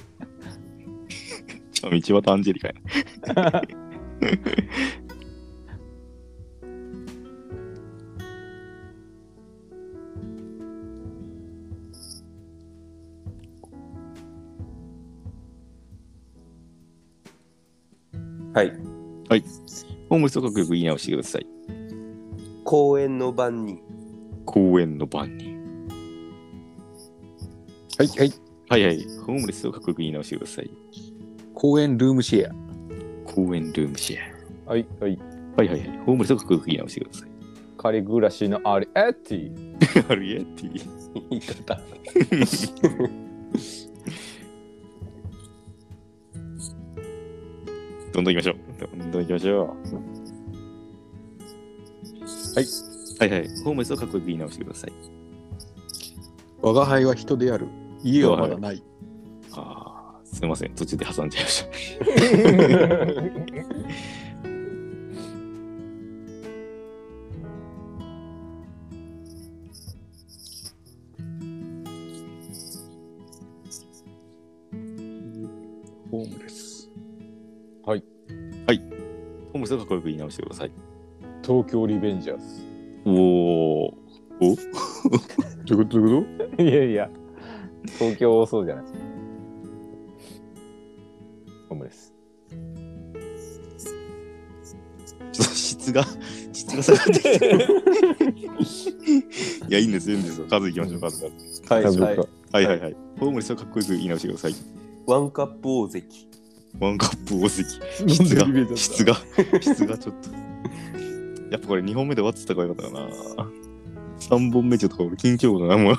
A: じゃあ道端アンジェリカやな。
G: ー。はい。
A: ホームレスをかっこよく言い直してください。
G: 公園の番に。
A: 公園の番に。
B: はい、はい。
A: はいはい。ホームレスをかっこよく言い直してください。
B: 公園ルームシェ
A: 公園ルームシェ
C: あはいはい。
A: ア。はいはいはい。ホームレスをかっこよく言い直してください。
C: 仮暮らしのアリエッティ。
A: アルエティ。
G: 言
A: (laughs)
G: い方。
A: どんどん行きましょう。どんどん行きましょう。はい。はいはい。ホームレスをかっこよく言い直してください。
B: ア。我が輩は人である。家はまだない。
A: ああ、すいません。途中で挟んじゃいました。
B: ホームレス。
A: ホームレスをかっこよく言い直してください。
C: 東京リベンジャーズ。
A: おお。お
B: どういうことどういうこ
C: いやいや、東京多そうじゃないホームレス。
A: ちょっと質が、 (laughs) 質が下がってきてる。いや、いいんですよ、いいんですよ。数いきましょう、数。
G: はい。
C: 家族
G: は
C: が
G: い。
A: はいはいはい。ホームレスをかっこよく言い直してください。
G: ワンカップ大関。
A: ワンカップ大関。
B: と
A: 質が
B: リベンジャー、ズ
A: (laughs) 質が、質がちょっと。やっぱこれ2本目で終わってたからよかったかな。3本目ちょっとこれ緊張感がもう。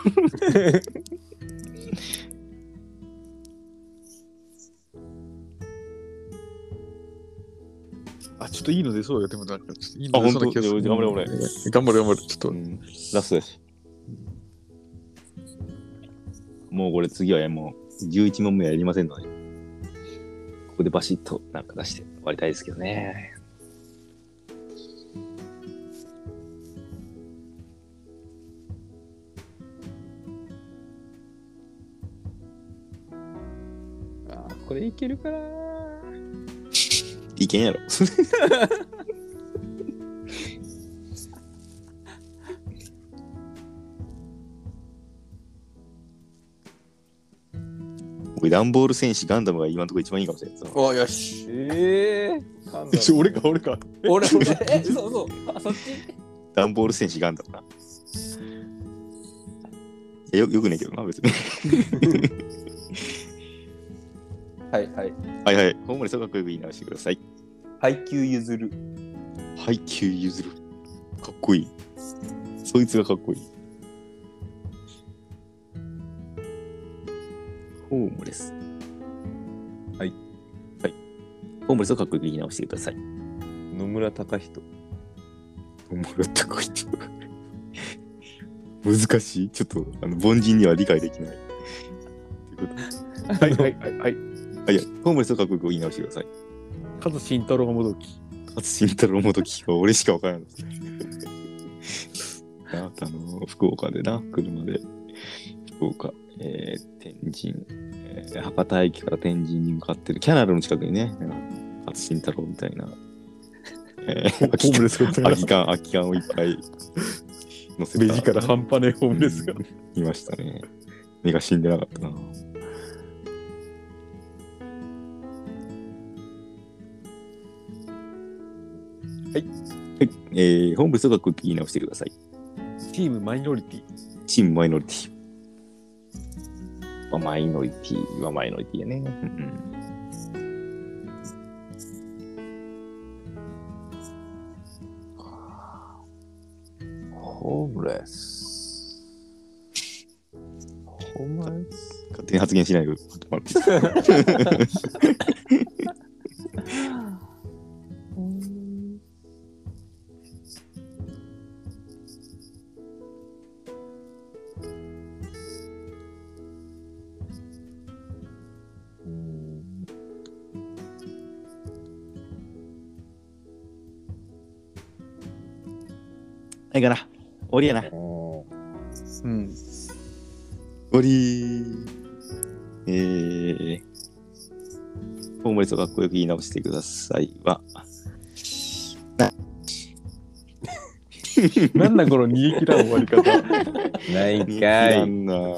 B: あ、ちょっといいの出そうよ。でもなんか、ちょっといい
A: あ
B: の
A: 本
B: 出そう
A: 当
B: な気がする。
A: 頑張れ頑張れ
B: 頑張れ頑張れ。ちょっと。
A: ラストだし。もうこれ次はもう11問目はやりませんので、ここでバシッとなんか出して終わりたいですけどね。
G: これいけるかな
A: いけんやろ。 (laughs) 僕、ダンボール戦士ガンダムが今のところ一番いいかもしれない
B: (laughs)
A: です。
G: およし。
B: ええ
G: ム
B: ー。俺か、俺か。
G: 俺、 (laughs) 俺、え、そうそう。あ、そっち
A: ダンボール戦士ガンダムな。いやよよくねえけどな、別に。
P: はいはい。
A: はいはい。ホームレスをかっこよく言い直してください。
P: 配給譲る。
A: 配給譲る。かっこいい。そいつがかっこいい。ホームレス。
C: はい。
A: はい。ホームレスをかっこよく言い直してください。
C: 野村隆人。
A: 野村隆人。難しい。ちょっと、あの、凡人には理解できない。ということではいはいはいはい。はいはい。ホームレスをかっこよく言い直してください。
B: カズ慎太郎が戻るき。
A: 勝新太郎元貴は俺しかわ (laughs) からない。ああの、福岡でな、車で。福岡、えー、天神、えー博多駅から天神に向かってる、キャナルの近くにね、なんか勝新太郎みたいな、えー、空
B: (laughs) ホームレスが
A: き缶、空き缶をいっぱい乗せた。
B: 目力半端ねえホームレスが。
A: いましたね。目が死んでなかったな。はい。はい。えー、本部総額言い直してください。
B: チームマイノリティ。
A: チームマイノリティ。まあ、マイノリティはマイノリティやね。うん
C: ホームレス。ホームレス
A: 勝手に発言しないでもらっていいですかないかな。終わりやな。
B: うん。
A: 終わりー。えー、ホームレスをかっこよく言い直してくださいは、
B: なんだこの逃げ切らん終わり方。
C: ない
A: 人気
C: か
A: ラ
C: い。
A: ンナー。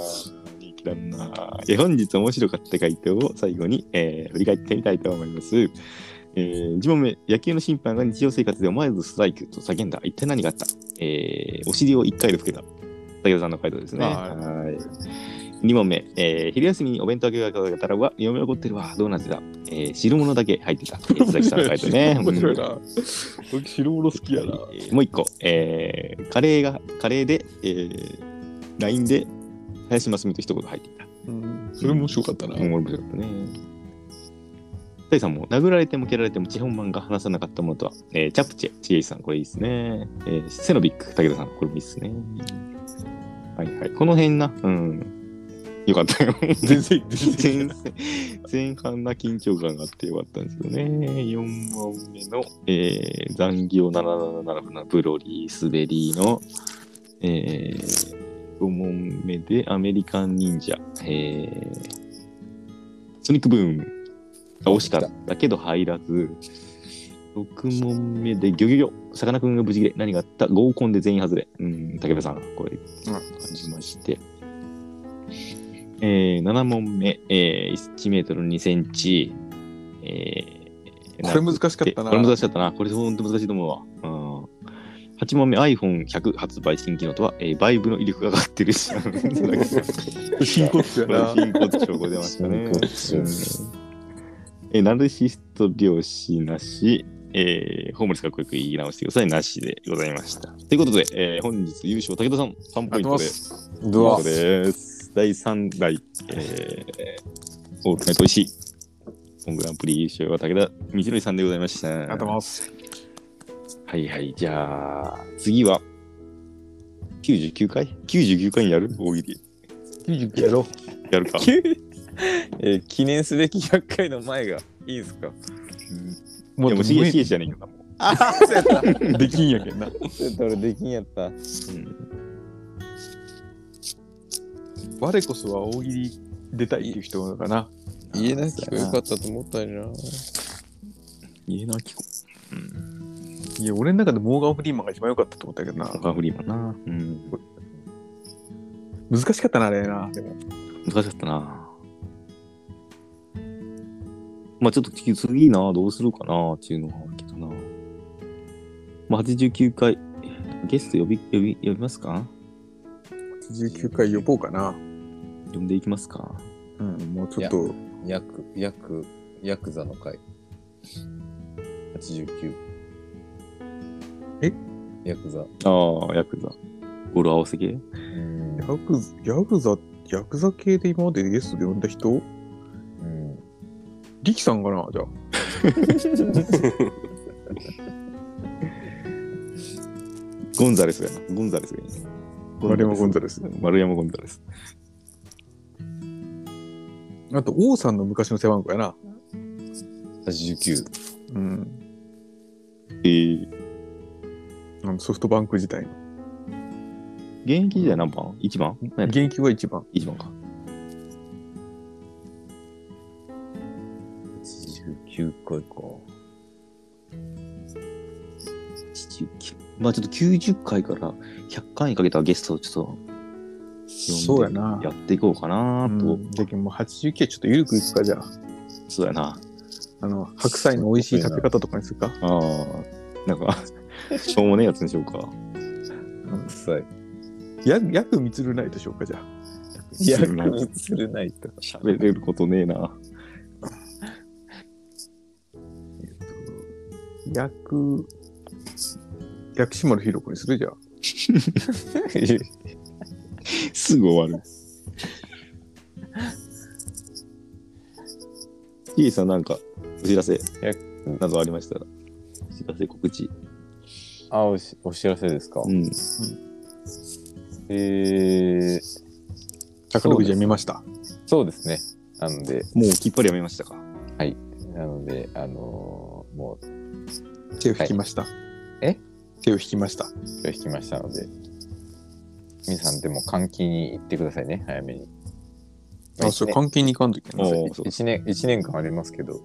A: 人気ランナー。え本日面白かった回答を最後に、えー振り返ってみたいと思います。えー、1問目、野球の審判が日常生活で思わずストライクと叫んだ。一体何があったえーお尻を1回で拭けた。武田さんの回答ですね。
B: はい
A: はい2問目、えー昼休みにお弁当がけがたらは、嫁怒ってるわ、どうなってた、えー汁物だけ入
B: (laughs)
A: ってた。えー佐々木さんの回答ね。
B: 面白い
A: うん
B: な。俺、白物好きやな。
A: えーもう一個、えーカレーが、カレーで、えー、LINE で、林真澄と一言入っていた。
B: うん。それ面白かったな。
A: 面白かったね。第3問、殴られても蹴られても地本マンが話さなかったものとは、えーチャプチェ、チエイさん、これいいですね。えーセノビック、武田さん、これもいいですね。はいはい。この辺な、うん。よかっ
B: (laughs)
A: たよ。全然、全然。前半な緊張感があってよかったんですよね。4問目の、えー、残業7777ブロリー、滑りの、えー、5問目でアメリカン忍者、えー、ソニックブームが惜しかったけど入らず、6問目でギョギョギョ、さかなクンが無事切れ、何があった合コンで全員外れ。うん、武部さん、これ、感じまして。えー、7問目、えー、1メートル2センチ。えー、
B: これ難しかったな
A: これ難しかったな。これ本当難しいと思うわ。うん、8問目、iPhone100 発売新機能とは、えー、バイブの威力が上がってるし。
B: (laughs) 貧困っすよ
A: これ
B: な。
A: 貧困症が出ましたね。えーナルシスト漁師なし、えーホームレスかっこよく言い直してください、なしでございました。ということで、えー本日優勝、武田さん3ポイントで、
B: どう
A: ということです。第3代、えー、オールナイトおいしい。本グランプリ優勝は武田道則さんでございました。
B: ありがとうございます。
A: はいはい、じゃあ、次は、99回 ?99 回やる大喜利。
B: 99やろう。
A: やるか。
C: (laughs) えー記念すべき100回の前がいいですか
B: も
A: でも、しげしげじゃねえけどな、もう
B: できんやけんな。
C: ちょっと俺できんやった。
B: 我こそは大喜利出たいっていう人かな。
Q: 家なき子よかったと思ったのにな。
J: 家なき子。うん。いや、俺の中でモーガン・フリーマンが一番良かったと思ったけどな。モーガン・フリーマンな。うん。難しかったな、あれな。でも。
A: 難しかったな。まあちょっと次な、どうするかなっていうのはあるけどな。まあ89回、ゲスト呼び、呼び、呼びますか
B: 19回呼ぼうかな。
A: 呼んでいきますか。
B: うん、もうちょっと。
C: ヤク、ヤク、ヤクザの会。89。
B: え
C: ヤクザ。
A: ああ、ヤクザ。ゴール合わせ系
B: ヤクザ、ヤクザ、ヤクザ系で今までゲストで呼んだ人うん。力さんかな、じゃあ。
A: ゴンザレスやな。ゴンザレスがいいね。
B: 丸山ゴンザレス。
A: 丸山ゴンザレス。
B: あと、王さんの昔の背番号やな。
C: 89。
B: うん。
A: えー、
B: あのソフトバンク時代の。
A: 現役時代何番 ?1 番
B: 現役は1番。
A: ?1 番か。
C: 89回か。
A: 89まあちょっと90回から100回にかけたゲストをちょっと
B: そうやな。
A: やっていこうかなと。
B: うんだけどもう89はちょっと緩くいくか、じゃあ。
A: そうやな。
B: あの、白菜の美味しい食べ方とかにするか。
A: ああ、なん (laughs) か、しょうもねえやつにしようか。
C: 臭い。
B: や、やくみつるないとしようか、じゃあ。
C: ヤク
A: なんか
C: ミつるないと。
A: 喋れることねえな。
B: やく、薬師丸ひろ子にするじゃあ。
A: すぐ終わる。T さんなんかお知らせなどありましたら、お知らせ告知。
C: (laughs) あ、おしお知らせですか。
A: うん。
C: えー、
B: 宝くじは見ました。
C: そうですね。なので、
A: もうきっぱりやめましたか。
C: はい。なので、あのーもう
B: 手を引きました。
C: え
B: 手を引きました。
C: 手を引きましたので、皆さんでも換気に行ってくださいね、早めに。
B: あ、そう、換金に行かんといけない。
C: 1年、一年間ありますけど、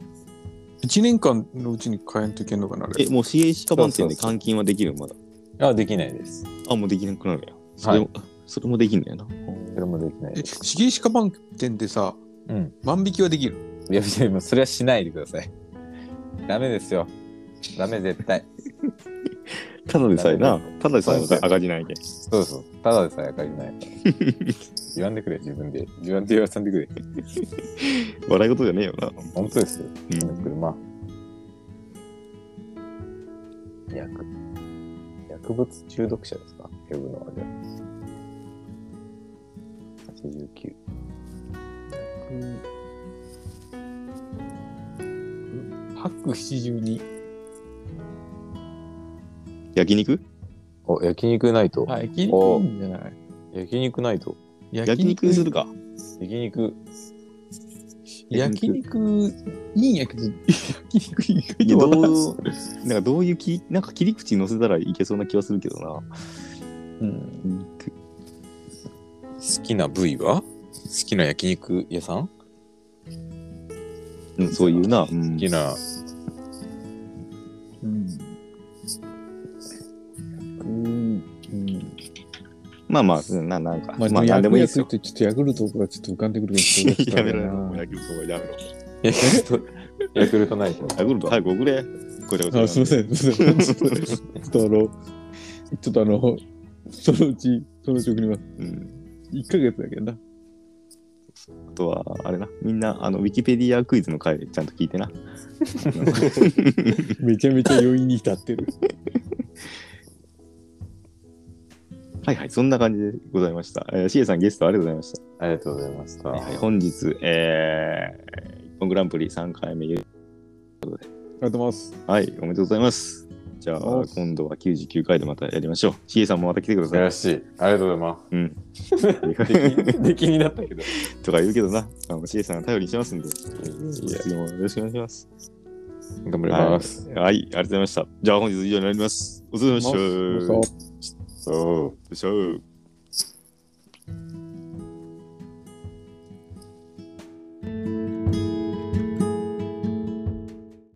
B: 1年間のうちに変えんといけんのかな、あれ
A: え、。もう CH カバン店で換金はできるまだ。
C: あ、できないです。
A: あ、もうできなくなるやん。それも、それもできんだよな。
C: それもできない
B: え、
C: です。
B: しげしか番店でさ、
C: うん。
B: 万引きはできる。
C: いや、いや、もうそれはしないでください。 (laughs) ダメですよ。ダメ、絶対。
A: ただでさえな、ただでさえ赤字ないで。
C: そうそう。ただでさえ赤字ないから。言わんでくれ、自分で。自分で言わさんでくれ。
A: 笑い事じゃねえよな。
C: 本当ですよ。
A: うん
C: 車。薬。薬物中毒者ですか呼ぶのはじゃあ。89。
B: 白七十二。
A: 焼肉
C: お、焼肉ナイト。
B: あ、焼肉
C: お
B: いいんじゃない
C: 焼肉ナイト。
A: 焼肉するか。
C: 焼肉。
B: 焼肉いいんやけど、焼肉意外
A: いや
B: と
A: ど
B: わからん
A: う、なんかどういうき、なんか切り口に乗せたらいけそうな気はするけどな。
B: うん。
C: 好きな部位は好きな焼肉屋さん
A: うん、そういうな。う
C: 好
A: ん
C: きな。
B: うん。うん。
A: まあまあ、うんななんか、
B: まあ、
A: まあ
B: な
A: 何
B: ん
A: で
B: で
A: も
B: も
A: い
B: い
A: いで
B: いですす
A: よ
B: よ。。ちょっとヤクルトがちょっと浮かんでくるけ
A: (laughs)
B: ど。
A: やめろよ、もう野球とやめろ。
C: ヤクルト、ヤクルトナイト。
A: ヤクルト早く送れ。こちゃこちゃ。
B: あ、すみません。すみません。ちょっと、ちょっとあの、ちょっとあの、そのうち、そのうち送ります。
A: うん。
B: 1ヶ月だけどな。
A: あとは、あれな、みんな、あの、ウィキペディアクイズの回、ちゃんと聞いてな。
B: めちゃめちゃ余韻に浸ってる。
A: はいはい、そんな感じでございました。えー、シエさん、ゲストありがとうございました。
C: ありがとうございました。
A: はい、本日、えー、一本グランプリ3回目。
B: ありがとうございます。
A: はい、おめでとうございます。じゃあ、
B: お
A: 今度は99回でまたやりましょう。シエさんもまた来てください。
C: らしい。ありがとうございま
A: うん。
C: す。でき、できになったけど。
A: とか言うけどな、あの、シエさん頼りにしてますんで、次もよろしくお願いします。
C: 頑張ります。
A: はい、はい、ありがとうございました。じゃあ本日以上になります。お疲れ様でした。
B: お疲れ様で
A: そう。でしょう。